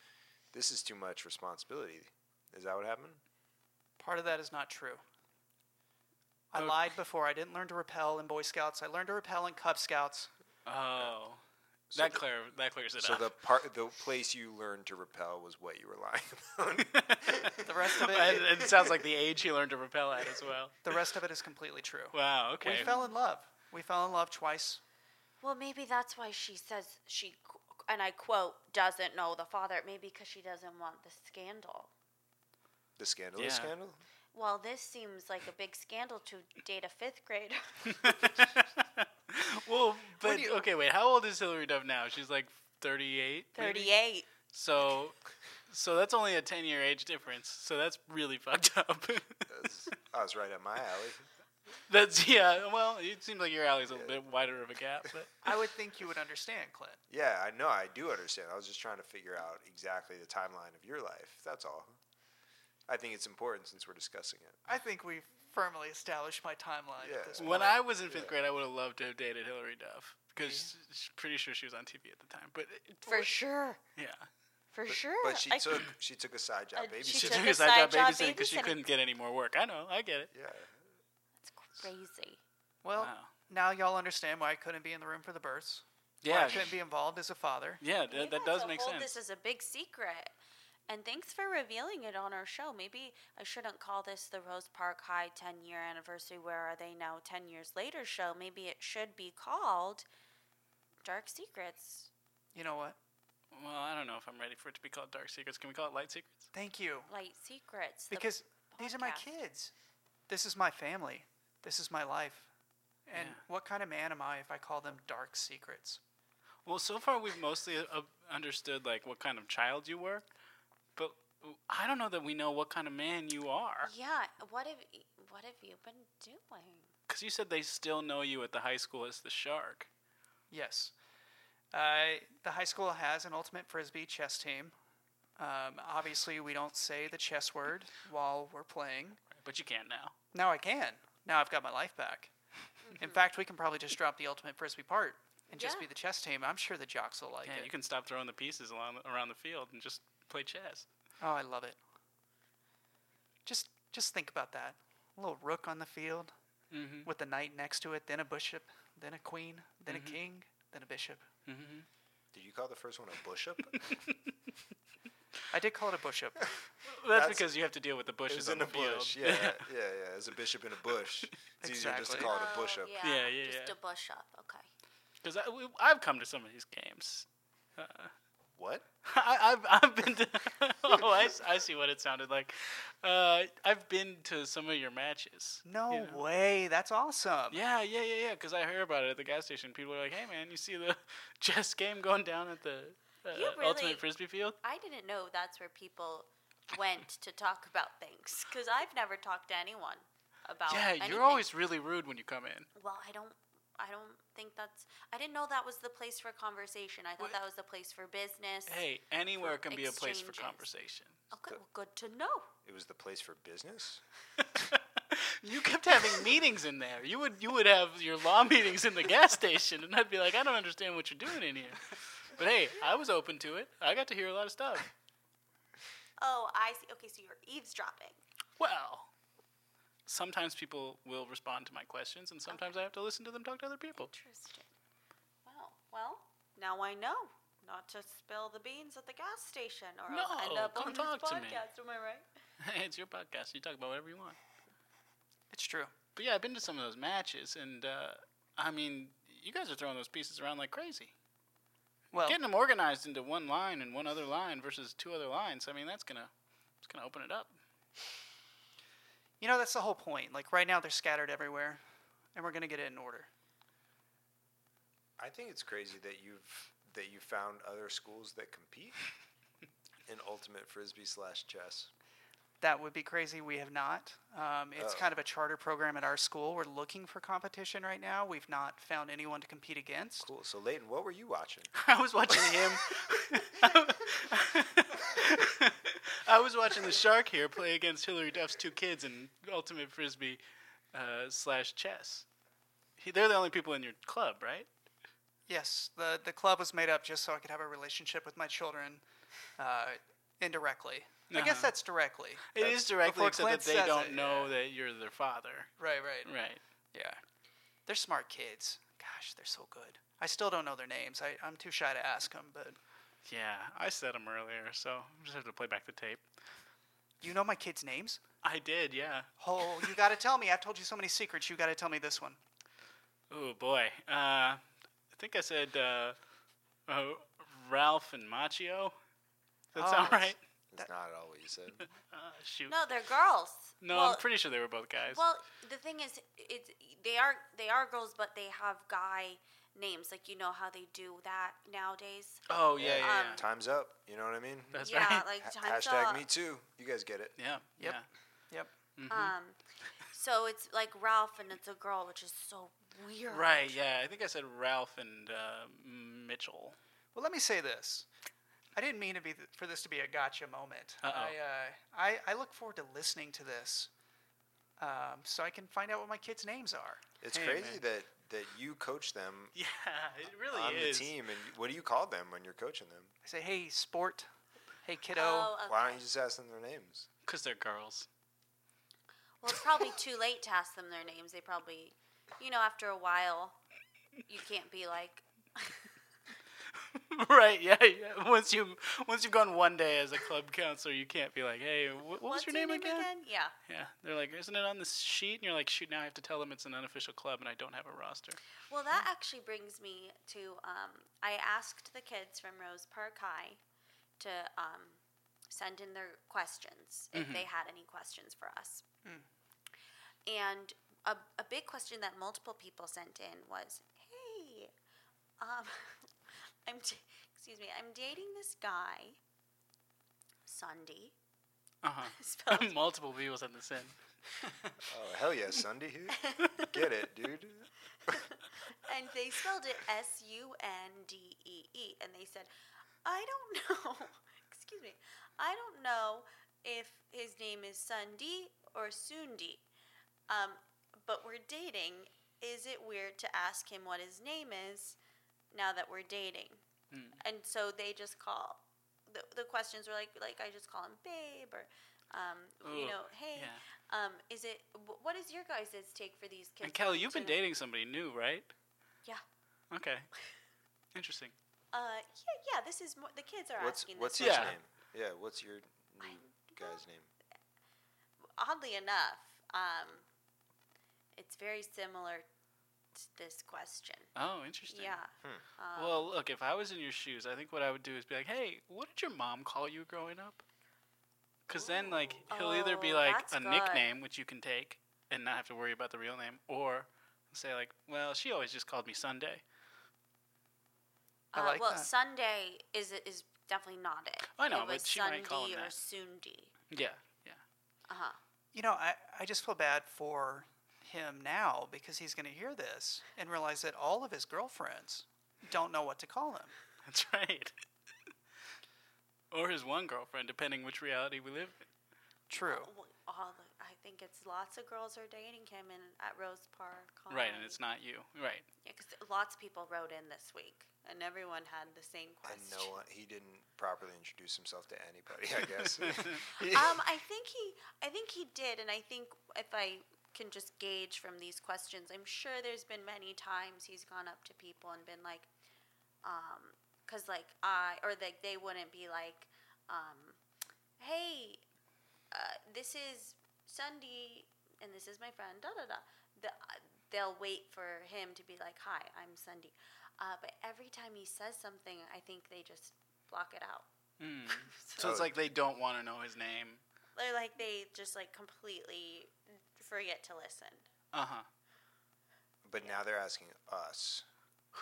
S3: This is too much responsibility. Is that what happened?
S5: Part of that is not true. I
S4: Oh.
S5: lied before. I didn't learn to repel in Boy Scouts. I learned to repel in Cub Scouts.
S4: Oh,
S3: So
S4: that
S3: the-
S4: clear that clears it
S3: So
S4: up.
S3: the part, the place you learned to repel was what you were lying about.
S5: The rest of it.
S4: and, it sounds like the age he learned to rappel at as well.
S5: the rest of it is completely true.
S4: Wow. Okay.
S5: We fell in love. We fell in love twice.
S2: Well, maybe that's why she says she, qu- and I quote, doesn't know the father. Maybe because she doesn't want the scandal.
S3: the scandal. The
S4: Yeah.
S3: scandal.
S2: Well, this seems like a big scandal to date a fifth grader.
S4: well,
S5: What
S4: but
S5: do you-
S4: okay, wait. How old is Hillary Duff now? She's like thirty-eight. maybe?
S2: 38.
S4: So, so that's only a ten-year age difference. So that's really fucked up.
S3: That's- I was right up my alley.
S4: that's yeah. Well, it seems like your alley's a bit wider of a gap, but
S5: I would think you would understand, Clint.
S3: Yeah, I know. I do understand. I was just trying to figure out exactly the timeline of your life. That's all. I think it's important since we're discussing it.
S5: I think we've firmly established my timeline
S3: Yeah.
S5: at this point.
S4: when I was in fifth grade, I would have loved to have dated Hillary Duff because pretty sure she was on TV at the time. But
S2: For sure.
S4: yeah,
S2: For sure.
S3: But she
S2: I-
S3: took she took a side job
S2: Uh,
S3: baby.
S2: she
S4: she
S2: took
S4: took
S2: a
S4: a side
S2: side
S4: job
S2: job
S4: babysitting because she
S2: babysitting.
S4: couldn't get any more work. I know. I get it.
S3: yeah.
S2: That's crazy.
S5: well,
S4: Wow.
S5: now y'all understand why I couldn't be in the room for the births. Why I
S4: Yeah.
S5: couldn't be involved as a father.
S4: Yeah,
S2: We
S4: that, that
S2: had
S4: does
S2: to
S4: make
S2: hold
S4: sense.
S2: This is a big secret. And thanks for revealing it on our show. Maybe I shouldn't call this the Rose Park High 10 year anniversary, where are they now 10 years later show. Maybe it should be called Dark Secrets.
S5: You know what?
S4: Well, I don't know if I'm ready for it to be called Dark Secrets. Can we call it Light Secrets?
S5: Thank you.
S2: Light Secrets. the-
S5: Because these are my
S2: podcast.
S5: kids. This is my family. This is my life. And
S4: Yeah.
S5: what kind of man am I if I call them dark secrets?
S4: Well, so far we've mostly uh, understood like what kind of child you were, but I don't know that we know what kind of man you are.
S2: yeah, what have y- what have you been doing?
S4: Because you said they still know you at the high school as the shark.
S5: Yes. Uh, the high school has an ultimate frisbee chess team. Um, obviously, we don't say the chess word while we're playing.
S4: But you can't now.
S5: Now I can. Now I've got my life back. In fact, we can probably just drop the ultimate frisbee part and just
S2: Yeah.
S5: be the chess team. I'm sure the jocks will like
S4: Yeah,
S5: it.
S4: you can stop throwing the pieces along around the field and just play chess.
S5: Oh, I love it. Just just think about that. A little rook on the field
S4: Mhm.
S5: with the knight next to it, then a bishop, then a queen, then
S4: Mm-hmm.
S5: a king, then a bishop.
S3: Did you call the first one a bush up?
S5: I did call it a bush-up.
S4: That's,
S3: That's-
S4: because you have to deal with the
S3: It
S4: bushes
S3: was
S4: on
S3: in
S4: the
S3: a
S4: field.
S3: bush. Yeah, yeah, yeah. It's a bishop in a bush. It's easier just to
S5: Exactly.
S3: call it a bush
S2: Oh,
S3: up.
S2: Yeah,
S4: Yeah, yeah,
S2: just
S4: yeah.
S2: a bush up. Okay.
S4: Because I've come to some of these games.
S3: What?
S4: I, I've I've been to. oh, I, s- I see what it sounded like. Uh, I've been to some of your matches.
S5: No
S4: you know?
S5: way. That's awesome.
S4: Yeah, yeah, yeah, yeah. Because I heard about it at the gas station. People were like, "Hey, man, you see the chess game going down at the uh,
S2: You really-
S4: ultimate frisbee field?"
S2: I didn't know that's where people went to talk about things because I've never talked to anyone about.
S4: yeah,
S2: anything.
S4: you're always really rude when you come in.
S2: Well, I don't. I don't think that's. I didn't know that was the place for conversation. I thought
S4: What?
S2: that was the place for business.
S4: Hey, anywhere can be a place for
S2: exchanges.
S4: conversation.
S2: Okay. Well, good to know.
S3: It was the place for business.
S4: You kept having meetings in there. You would you would have your law meetings in the gas station, and I'd be like, I don't understand what you're doing in here. But hey, I was open to it. I got to hear a lot of stuff.
S2: Oh, I see. Okay, so you're eavesdropping.
S4: Well, sometimes people will respond to my questions, and sometimes I have to listen to them talk to other people.
S2: Interesting. Wow. Well, now I know not to spill the beans at the gas station, or I'll end
S4: No,
S2: up
S4: come
S2: on
S4: talk
S2: this
S4: to me.
S2: podcast. Am I right?
S4: it's your podcast. You talk about whatever you want.
S5: It's true.
S4: But yeah, I've been to some of those matches, and uh, I mean, you guys are throwing those pieces around like crazy.
S5: Well,
S4: Getting them organized into one line and one other line versus two other lines. I mean, that's gonna it's gonna open it up.
S5: you know that's the whole point. Like right now, they're scattered everywhere, and we're gonna get it in order.
S3: I think it's crazy that you've that you found other schools that compete in ultimate frisbee slash chess.
S5: That would be crazy. We have not. Um, it's
S3: Oh.
S5: kind of a charter program at our school. We're looking for competition right now. We've not found anyone to compete against.
S3: Cool. So Leighton, what were you watching?
S4: I was watching him. I was watching the shark here play against Hillary Duff's two kids in ultimate frisbee uh, slash chess. He, they're the only people in your club, right?
S5: Yes, the the club was made up just so I could have a relationship with my children, uh, indirectly. I guess
S4: Uh-huh.
S5: that's directly.
S4: It is directly,
S5: before
S4: except
S5: Clint
S4: that they
S5: says
S4: don't
S5: it,
S4: know
S5: yeah.
S4: that you're their father.
S5: Right, right,
S4: Right.
S5: Yeah, they're smart kids. Gosh, they're so good. I still don't know their names. I, I'm too shy to ask them, but
S4: Yeah, I said them earlier, so I just have to play back the tape.
S5: you know my kids' names.
S4: I did, yeah.
S5: Oh, you got to tell me. I've told you so many secrets. You got to tell me this one.
S4: Oh boy. Uh, I think I said uh, uh, Ralph and Machio. Does that
S5: Oh,
S4: sound
S5: that's-
S4: right?
S3: It's not all you said.
S4: Uh, shoot.
S2: No, they're girls.
S4: No,
S2: Well,
S4: I'm pretty sure they were both guys.
S2: Well, the thing is, it's they are they are girls, but they have guy names. Like you know how they do that nowadays.
S4: oh yeah, yeah, yeah.
S2: um,
S3: Time's up. You know what I mean?
S4: That's
S2: yeah,
S4: right.
S2: like
S3: Ha-
S2: time's
S3: hashtag
S2: up.
S3: me too. You guys get it.
S4: yeah,
S5: Yep.
S4: yeah. Mm-hmm.
S5: Yep.
S2: Um, so it's like Ralph and it's a girl, which is so weird.
S4: Right, yeah. I think I said Ralph and uh, Mitchell.
S5: Well, let me say this. I didn't mean to be th- for this to be a gotcha moment.
S4: Uh-oh.
S5: I, uh, I I look forward to listening to this, um, so I can find out what my kids' names are.
S3: It's
S4: Hey,
S3: crazy
S4: man.
S3: that that you coach them
S4: Yeah, it really
S3: on
S4: is.
S3: the team, and you- what do you call them when you're coaching them?
S5: I say, hey, sport. Hey, kiddo.
S2: Oh, okay.
S3: Why don't you just ask them their names?
S4: Because they're girls.
S2: Well, it's probably too late to ask them their names. They probably, you know, after a while, you can't be like,
S4: right, yeah, yeah. Once you once you've gone one day as a club counselor, you can't be like, hey, wh- what was
S2: "What's
S4: your name, again?
S2: Yeah.
S4: Yeah, they're like, isn't it on this sheet? And you're like, shoot, now I have to tell them it's an unofficial club and I don't have a roster.
S2: Well, that actually brings me to um, I asked the kids from Rose Park High to um, send in their questions if they had any questions for us. And a, a big question that multiple people sent in was, "Hey, um, I'm t- excuse me, I'm dating this guy, Sunday."
S4: Uh huh.
S2: Spelled
S4: Multiple people sent this in.
S3: Oh hell yeah, Sunday here. get it, dude.
S2: and they spelled it S U N D E E. And they said, I don't know, excuse me, I don't know if his name is Sundi or Sundi, um, but we're dating. Is it weird to ask him what his name is now that we're dating?
S4: Hmm.
S2: And so they just call. The, the questions were like like I just call him babe or um, you
S4: Ugh,
S2: know hey
S4: yeah.
S2: um, is it wh- what is your guys' take for these kids?
S4: And
S2: going
S4: Kelly, you've been
S2: to-
S4: dating somebody new, right?
S2: Yeah.
S4: Okay. Interesting.
S2: Uh, yeah, yeah. This is more, the kids are
S3: What's
S2: asking.
S3: what's
S2: this
S3: his
S4: Yeah.
S2: question.
S3: name? Yeah, what's your new
S2: I-
S3: guy's name?
S2: Oddly enough, um, it's very similar to this question.
S4: Oh, interesting.
S2: Yeah.
S3: Hmm.
S2: Um,
S4: Well, look, if I was in your shoes, I think what I would do is be like, "Hey, what did your mom call you growing up?" Because then, like, he'll either be
S2: Oh,
S4: like
S2: that's
S4: a
S2: good.
S4: nickname which you can take and not have to worry about the real name, or say like, "Well, she always just called me Sunday."
S5: I
S2: uh,
S5: like
S2: well,
S5: that.
S2: Sunday is is definitely not it.
S4: I know,
S2: it
S4: but
S2: was
S4: she might call
S2: Sunday
S4: him
S2: or
S4: that.
S2: Sundi.
S4: Yeah, yeah.
S2: Uh huh.
S5: You know, I, I just feel bad for him now because he's going to hear this and realize that all of his girlfriends don't know what to call him.
S4: That's right. or his one girlfriend, depending which reality we live in.
S5: True.
S2: All the, I think it's lots of girls are dating him in at Rose Park.
S4: Right, and it's not you. Right.
S2: because lots of people wrote in this week, and everyone had the same
S3: And
S2: question.
S3: no one, he didn't properly introduce himself to anybody, I guess.
S2: um, I think he, I think he did, and I think if I can just gauge from these questions, I'm sure there's been many times he's gone up to people and been like, um, cause like I or like they wouldn't be like, um, hey, uh, this is Sunday, and this is my friend, da da da. The, they'll wait for him to be like, hi, I'm Sunday. Uh, but every time he says something, I think they just block it out.
S4: Mm.
S2: So-
S4: So it's
S3: Oh.
S4: like they don't want to know his name.
S2: or like they just like completely forget to listen.
S4: Uh huh.
S3: but now they're asking us,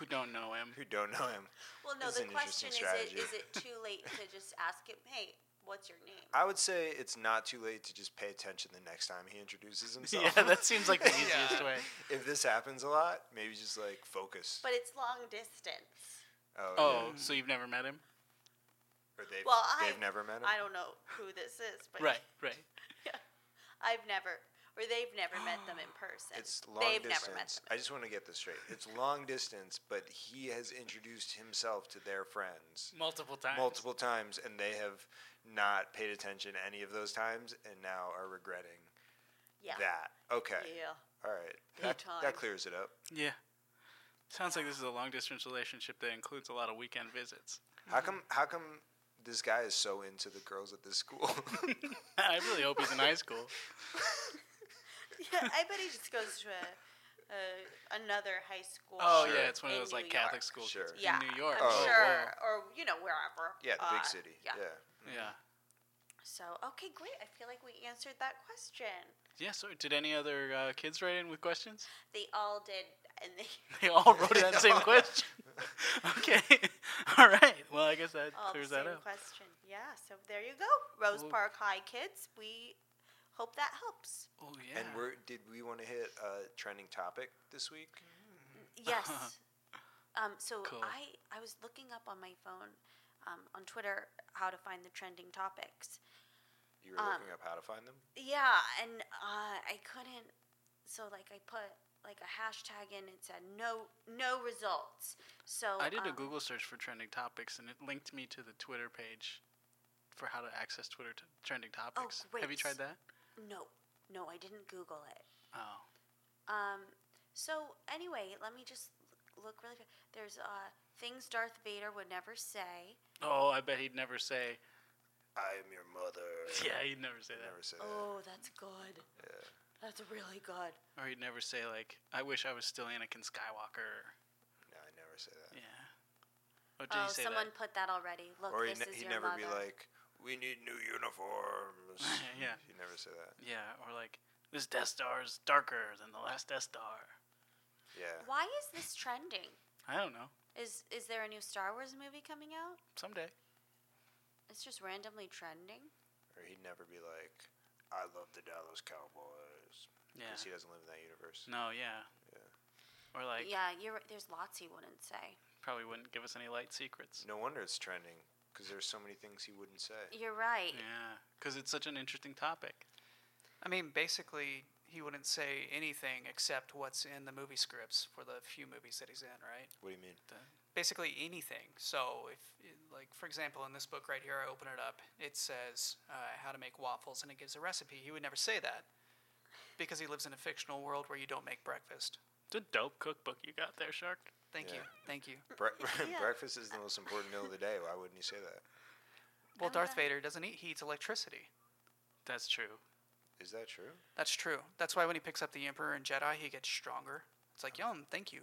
S4: Who don't know him?
S3: who don't know him.
S2: Well, no,
S3: That's
S2: the
S3: an
S2: question
S3: interesting
S2: is: it, is
S3: strategy.
S2: it too late to just ask him? Hey, what's your name?
S3: I would say it's not too late to just pay attention the next time he introduces
S4: Yeah,
S3: himself.
S4: that seems like the
S5: Yeah.
S4: easiest way.
S3: if this happens a lot, maybe just like focus.
S2: But it's long distance.
S3: Oh, yeah.
S4: Oh, so you've never met him?
S3: or they've,
S2: Well, I
S3: they've never met him.
S2: I don't know who this is, but
S4: Right, right.
S2: I've never or they've never met them in person.
S3: It's long
S2: they've
S3: distance.
S2: never met
S3: I
S2: them.
S3: just want to get this straight. It's long distance, but he has introduced himself to their friends
S4: Multiple times.
S3: multiple times, and they have not paid attention any of those times, and now are regretting
S2: Yeah.
S3: that. Okay,
S2: Yeah.
S3: all right,
S2: Big
S3: that,
S2: time.
S3: that clears it up.
S4: Yeah. Sounds like this is a long distance relationship that includes a lot of weekend visits.
S3: How come? How come this guy is so into the girls at this school?
S4: I really hope he's in high school.
S2: yeah. I bet he just goes to a, a, another high school.
S4: Oh
S3: Sure.
S4: yeah, it's one of
S2: in
S4: those like
S2: New York.
S4: Catholic school
S3: Sure.
S4: kids
S2: Yeah,
S4: in New York.
S2: I'm
S3: Oh,
S2: sure, or you know wherever.
S3: yeah, the
S2: Uh,
S3: big city. Yeah.
S4: Yeah.
S2: So, okay, great. I feel like we answered that question.
S4: Yeah. So did any other uh, kids write in with questions?
S2: They all did, and they
S4: They all wrote that same question. okay. all right. Well, I guess that
S2: all the
S4: clears that
S2: same
S4: up.
S2: question. Yeah. So there you go, Rose
S4: Well-
S2: Park High kids. We hope that helps.
S4: Oh yeah.
S3: And we're, did we want to hit a trending topic this week?
S2: Yes. um. So
S4: Cool.
S2: I I was looking up on my phone, um, on Twitter how to find the trending topics.
S3: You were
S2: Um,
S3: looking up how to find them.
S2: Yeah, and uh, I couldn't. So like I put like a hashtag in. It said no no results. So
S4: I did a
S2: um,
S4: Google search for trending topics, and it linked me to the Twitter page for how to access Twitter t- trending topics. Have you
S2: Oh, great.
S4: tried that?
S2: No, no, I didn't Google it.
S4: Oh.
S2: Um, so anyway, let me just l- look really. fa- There's uh, things Darth Vader would never say.
S4: Oh, I bet he'd never say.
S3: I am your mother.
S4: Yeah, he'd never say that.
S3: Never said that.
S2: Oh, that's good. That's really good.
S4: Or he'd never say like, "I wish I was still Anakin Skywalker."
S3: No, I never say that.
S4: Yeah. Or did
S2: Oh,
S4: he say
S2: someone put that already. Look,
S3: Or he
S2: this
S3: ne-
S2: is
S3: he'd
S2: your
S3: never
S2: mother.
S3: be like, "We need new uniforms."
S4: Yeah.
S3: he'd never say that.
S4: that? Yeah. Or like, "This Death Star is darker than the last Death Star."
S3: Yeah.
S2: Why is this trending?
S4: I don't know.
S2: Is is there a new Star Wars movie coming out?
S4: Someday.
S2: It's just randomly trending.
S3: Or he'd never be like, "I love the Dallas Cowboys,"
S4: Yeah.
S3: because he doesn't live in that universe.
S4: No. Yeah. Or like,
S2: yeah, you're. right, There's lots he wouldn't say.
S4: probably wouldn't give us any light secrets.
S3: No wonder it's trending, because there's so many things he wouldn't say.
S2: You're right.
S4: Yeah. Because it's such an interesting topic.
S5: I mean, basically, he wouldn't say anything except what's in the movie scripts for the few movies that he's in, right?
S3: What do you mean?
S5: Basically, anything. So, if, like, for example, in this book right here, I open it up, it says uh, how to make waffles and it gives a recipe. He would never say that because he lives in a fictional world where you don't make breakfast.
S4: It's a dope cookbook you got there, Shark.
S5: Thank you.
S3: Yeah.
S5: Thank you.
S3: Bre-
S2: Yeah.
S3: Breakfast is the most important meal of the day. Why wouldn't he say that?
S5: Well,
S2: Remember that?
S5: Darth Vader doesn't eat; he eats electricity.
S4: That's true.
S3: Is that true?
S5: That's true. That's why when he picks up the Emperor and Jedi, he gets stronger. It's like, Yum, thank you.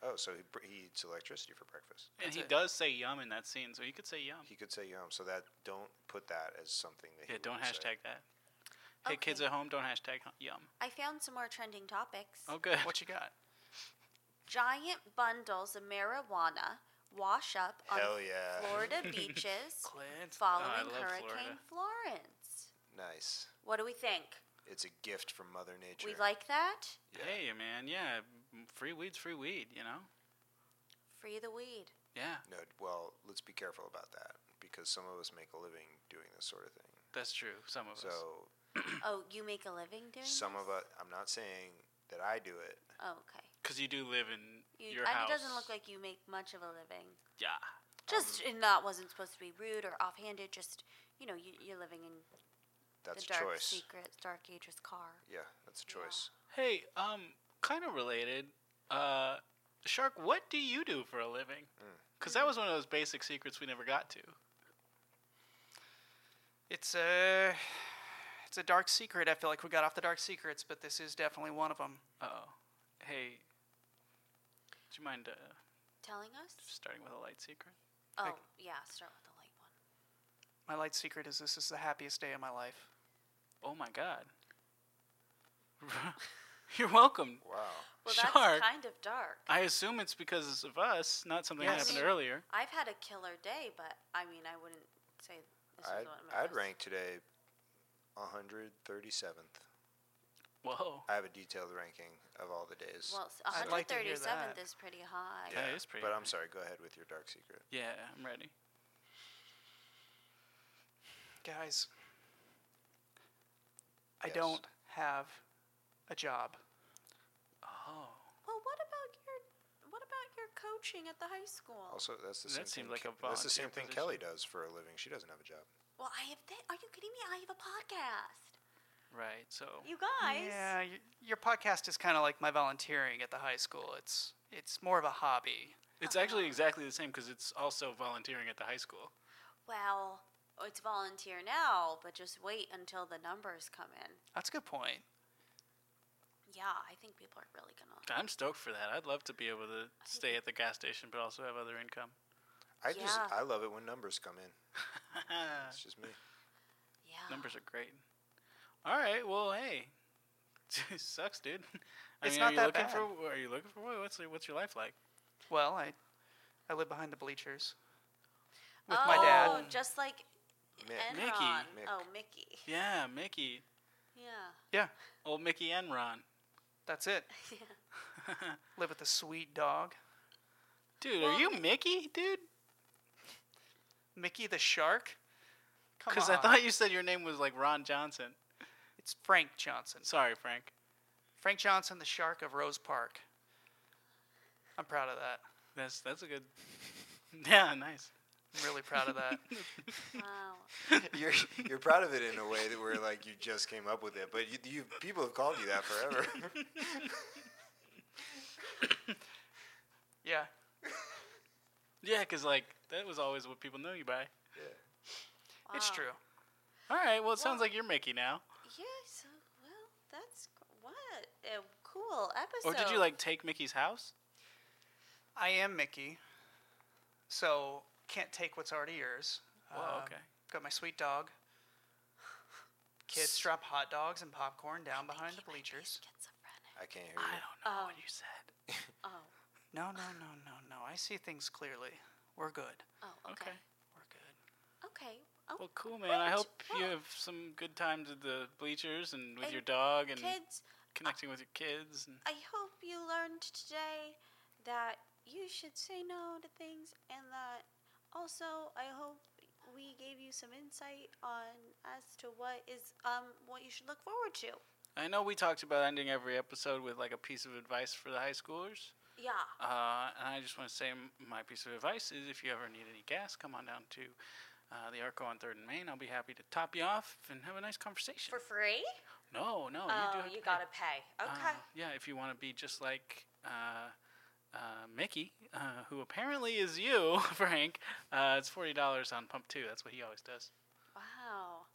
S3: Oh, so he, br- he eats electricity for breakfast.
S4: And
S5: That's
S4: he
S5: it.
S4: does say yum in that scene, so he could say yum.
S3: He could say yum. So that don't put that as something that.
S4: Um, Yeah,
S3: he
S4: don't
S3: would say.
S4: hashtag that. Hey, kids
S2: Okay.
S4: at home, don't hashtag hu- yum.
S2: I found some more trending topics.
S4: Oh, good.
S5: What you got?
S2: Giant bundles of marijuana wash up on
S3: Hell yeah.
S2: Florida beaches
S5: Clint.
S2: following
S4: Oh, love
S2: Hurricane Florence.
S3: Nice.
S2: What do we think?
S3: It's a gift from Mother Nature.
S2: We like that?
S3: Yeah.
S4: Hey, man, yeah, m- free weed's free weed, you know?
S2: Free the weed.
S4: Yeah,
S3: No, well, let's be careful about that because some of us make a living doing this sort of thing.
S4: that's true. Some of us.
S3: So
S2: Oh, you make a living doing
S3: some
S2: this?
S3: of us. I'm not saying that I do it.
S2: Oh, okay.
S4: Because you do live in
S2: You,
S4: your
S2: and
S4: house.
S2: it doesn't look like you make much of a living.
S4: Yeah. Um,
S2: Just and that wasn't supposed to be rude or offhanded. Just you know, you, you're living in
S3: That's
S2: the
S3: a
S2: dark
S3: choice.
S2: secret, dark ages car.
S3: Yeah, that's a
S2: Yeah.
S3: choice.
S4: Hey, um, kind of related. Uh, Shark, what do you do for a living? Because that was one of those basic secrets we never got to.
S5: It's a, it's a dark secret. I feel like we got off the dark secrets, but this is definitely one of them.
S4: Oh, hey, do you mind uh,
S2: Telling us?
S4: starting with a light secret?
S2: Oh yeah, start with the light one.
S5: My light secret is this is the happiest day of my life.
S4: Oh my God. You're welcome.
S3: Wow.
S2: Well, that's
S4: Shark.
S2: kind of dark.
S4: I assume it's because of us, not something that
S5: Yes.
S4: happened earlier.
S2: I've had a killer day, but I mean, I wouldn't say this is
S3: I'd,
S2: one of my best.
S3: I'd rank today 137th.
S4: Whoa.
S3: I have a detailed ranking of all the days.
S2: Well, s-
S5: I'd like to hear
S2: 137th
S5: that.
S2: is pretty high.
S4: Yeah. that is pretty
S3: But
S4: high.
S3: I'm sorry. Go ahead with your dark secret.
S4: Yeah, I'm ready.
S5: Guys, I
S3: Yes.
S5: don't have a job.
S4: Oh.
S2: Well, what about your what about your coaching at the high school?
S3: Also, that's the
S4: That
S3: same.
S4: seemed
S3: thing
S4: like
S3: Ke-
S4: a
S3: That's the
S4: volunteer
S3: same thing Kelly does for a living. She doesn't have a job.
S2: Well, I have. Th- are you kidding me? I have a podcast.
S4: Right, so.
S2: You guys.
S5: Yeah, y- your podcast is kind of like my volunteering at the high school. It's it's more of a hobby.
S4: It's actually exactly the same because it's also volunteering at the high school.
S2: Well, it's volunteer now, but just wait until the numbers come in.
S5: That's a good point.
S2: Yeah, I think people are really gonna.
S4: I'm stoked for that. I'd love to be able to stay at the gas station but also have other income.
S3: I just
S2: Yeah.
S3: I love it when numbers come in. It's just me.
S2: Yeah.
S4: Numbers are great. All right, well, hey. Sucks, dude. I
S5: It's
S4: mean,
S5: not
S4: are you
S5: that
S4: looking
S5: bad.
S4: for are you looking for what's your, what's your life like?
S5: Well, I I live behind the bleachers with
S2: oh,
S5: my dad.
S2: just like
S3: Mick.
S4: Mickey.
S2: Enron.
S3: Mick.
S2: Oh, Mickey.
S4: Yeah, Mickey.
S2: Yeah.
S5: Yeah,
S4: Old Mickey and Ron.
S5: that's it. Live with a sweet dog,
S4: Dude,
S2: Well,
S4: are you
S2: Mi-
S4: Mickey, dude?
S5: Mickey the shark. Come
S4: Because I
S5: on.
S4: thought you said your name was like Ron Johnson.
S5: it's Frank Johnson.
S4: Sorry, Frank.
S5: Frank Johnson, the shark of Rose Park. I'm proud of that.
S4: That's that's a good. Yeah, nice.
S5: I'm really proud of that.
S2: Wow.
S3: You're you're proud of it in a way that where like you just came up with it, but you, you people have called you that forever.
S5: yeah,
S4: Yeah, because like that was always what people knew you by.
S3: yeah.
S5: it's
S2: Wow.
S5: true.
S4: All right, well it sounds
S2: Well-
S4: like you're Mickey now.
S2: Yeah. So well, that's g- what a cool episode.
S4: Or did you like take Mickey's house?
S5: I am Mickey, so can't take what's already yours.
S4: Whoa,
S5: Um,
S4: okay.
S5: Got my sweet dog. Kids drop hot dogs and popcorn down behind the bleachers.
S2: Schizophrenic.
S3: I can't hear
S4: I
S3: you.
S4: don't know
S2: Oh.
S4: what you said.
S2: Oh.
S5: No, no, no, no, no. I see things clearly. We're good.
S2: Oh.
S4: Okay.
S2: Okay.
S5: We're good.
S2: Okay. Oh,
S4: Well, cool, man. I
S2: great.
S4: hope you
S2: Well,
S4: have some good times at the bleachers and with
S2: And
S4: your dog and
S2: kids.
S4: connecting with your kids. And
S2: I hope you learned today that you should say no to things and that also I hope we gave you some insight on as to what is um what you should look forward to.
S4: I know we talked about ending every episode with like a piece of advice for the high schoolers.
S2: Yeah.
S4: Uh, and I just want to say m- my piece of advice is if you ever need any gas, come on down to uh, the Arco on 3rd and Main. I'll be happy to top you off and have a nice conversation.
S2: For free?
S4: no, no. do
S2: oh,
S4: have
S2: you
S4: to pay.
S2: gotta pay.
S4: Uh,
S2: Okay.
S4: yeah, if you want to be just like uh, uh, Mickey, uh, who apparently is you, Frank. Uh, it's forty dollars on Pump Two. That's what he always does.
S2: Wow.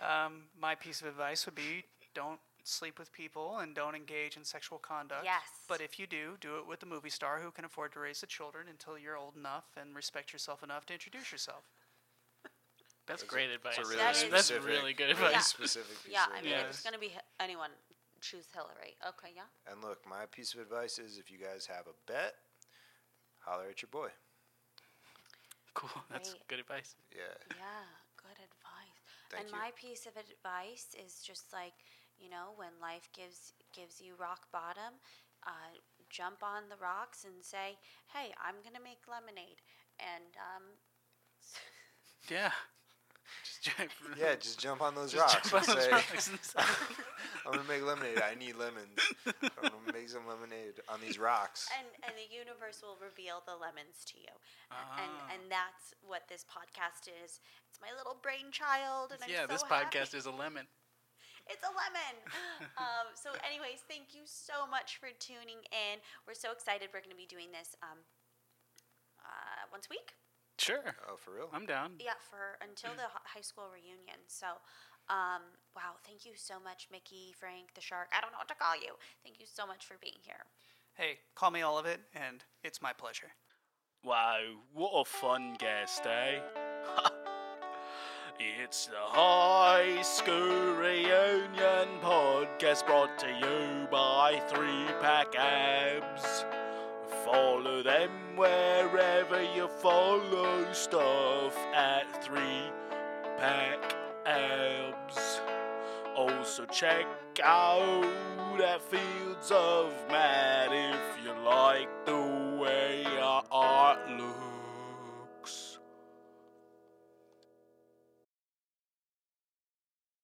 S5: Um, my piece of advice would be don't sleep with people and don't engage in sexual conduct.
S2: Yes.
S5: But if you do, do it with a movie star who can afford to raise the children until you're old enough and respect yourself enough to introduce yourself.
S3: That's
S4: That's
S3: a-
S4: great advice.
S3: It's a really
S2: That is-
S4: that's,
S3: specific,
S4: really good
S3: really
S4: advice.
S3: specific piece
S2: Yeah,
S3: of
S2: I mean, if
S3: advice.
S2: it's going to be h- anyone, choose Hillary. Okay, yeah.
S3: And look, my piece of advice is if you guys have a bet, holler at your boy.
S4: Cool. That's
S2: Great.
S4: good advice.
S3: Yeah.
S2: Yeah, good advice.
S3: Thank
S2: and
S3: you.
S2: my piece of advice is just like, you know, when life gives gives you rock bottom, uh, jump on the rocks and say, "Hey, I'm gonna make lemonade," and um,
S4: Yeah. Just jump.
S3: Yeah, just jump on those
S4: Just
S3: rocks
S4: jump on
S3: and
S4: those
S3: say,
S4: rocks and say-
S3: I'm going to make lemonade. I need lemons. I'm going to make some lemonade on these rocks.
S2: and and the universe will reveal the lemons to you, A- and
S4: Ah.
S2: and that's what this podcast is. It's my little brainchild, and I'm
S4: yeah,
S2: so
S4: this
S2: happy.
S4: podcast is a lemon.
S2: It's a lemon. um, so, anyways, thank you so much for tuning in. We're so excited. We're going to be doing this um, uh, once a week.
S4: Sure.
S3: Oh, for real?
S4: I'm down.
S2: Yeah, for until the hi- high school reunion. So, um, wow, thank you so much, Mickey, Frank, the shark. I don't know what to call you. Thank you so much for being here.
S5: Hey, call me all of it, and it's my pleasure.
S1: Wow, what a fun guest, eh? it's the High School Reunion podcast brought to you by Three Pack Abs. Follow them wherever you follow stuff at Three Pack Abs. Also Oh, check out at Fields of Mad if you like the way I art look.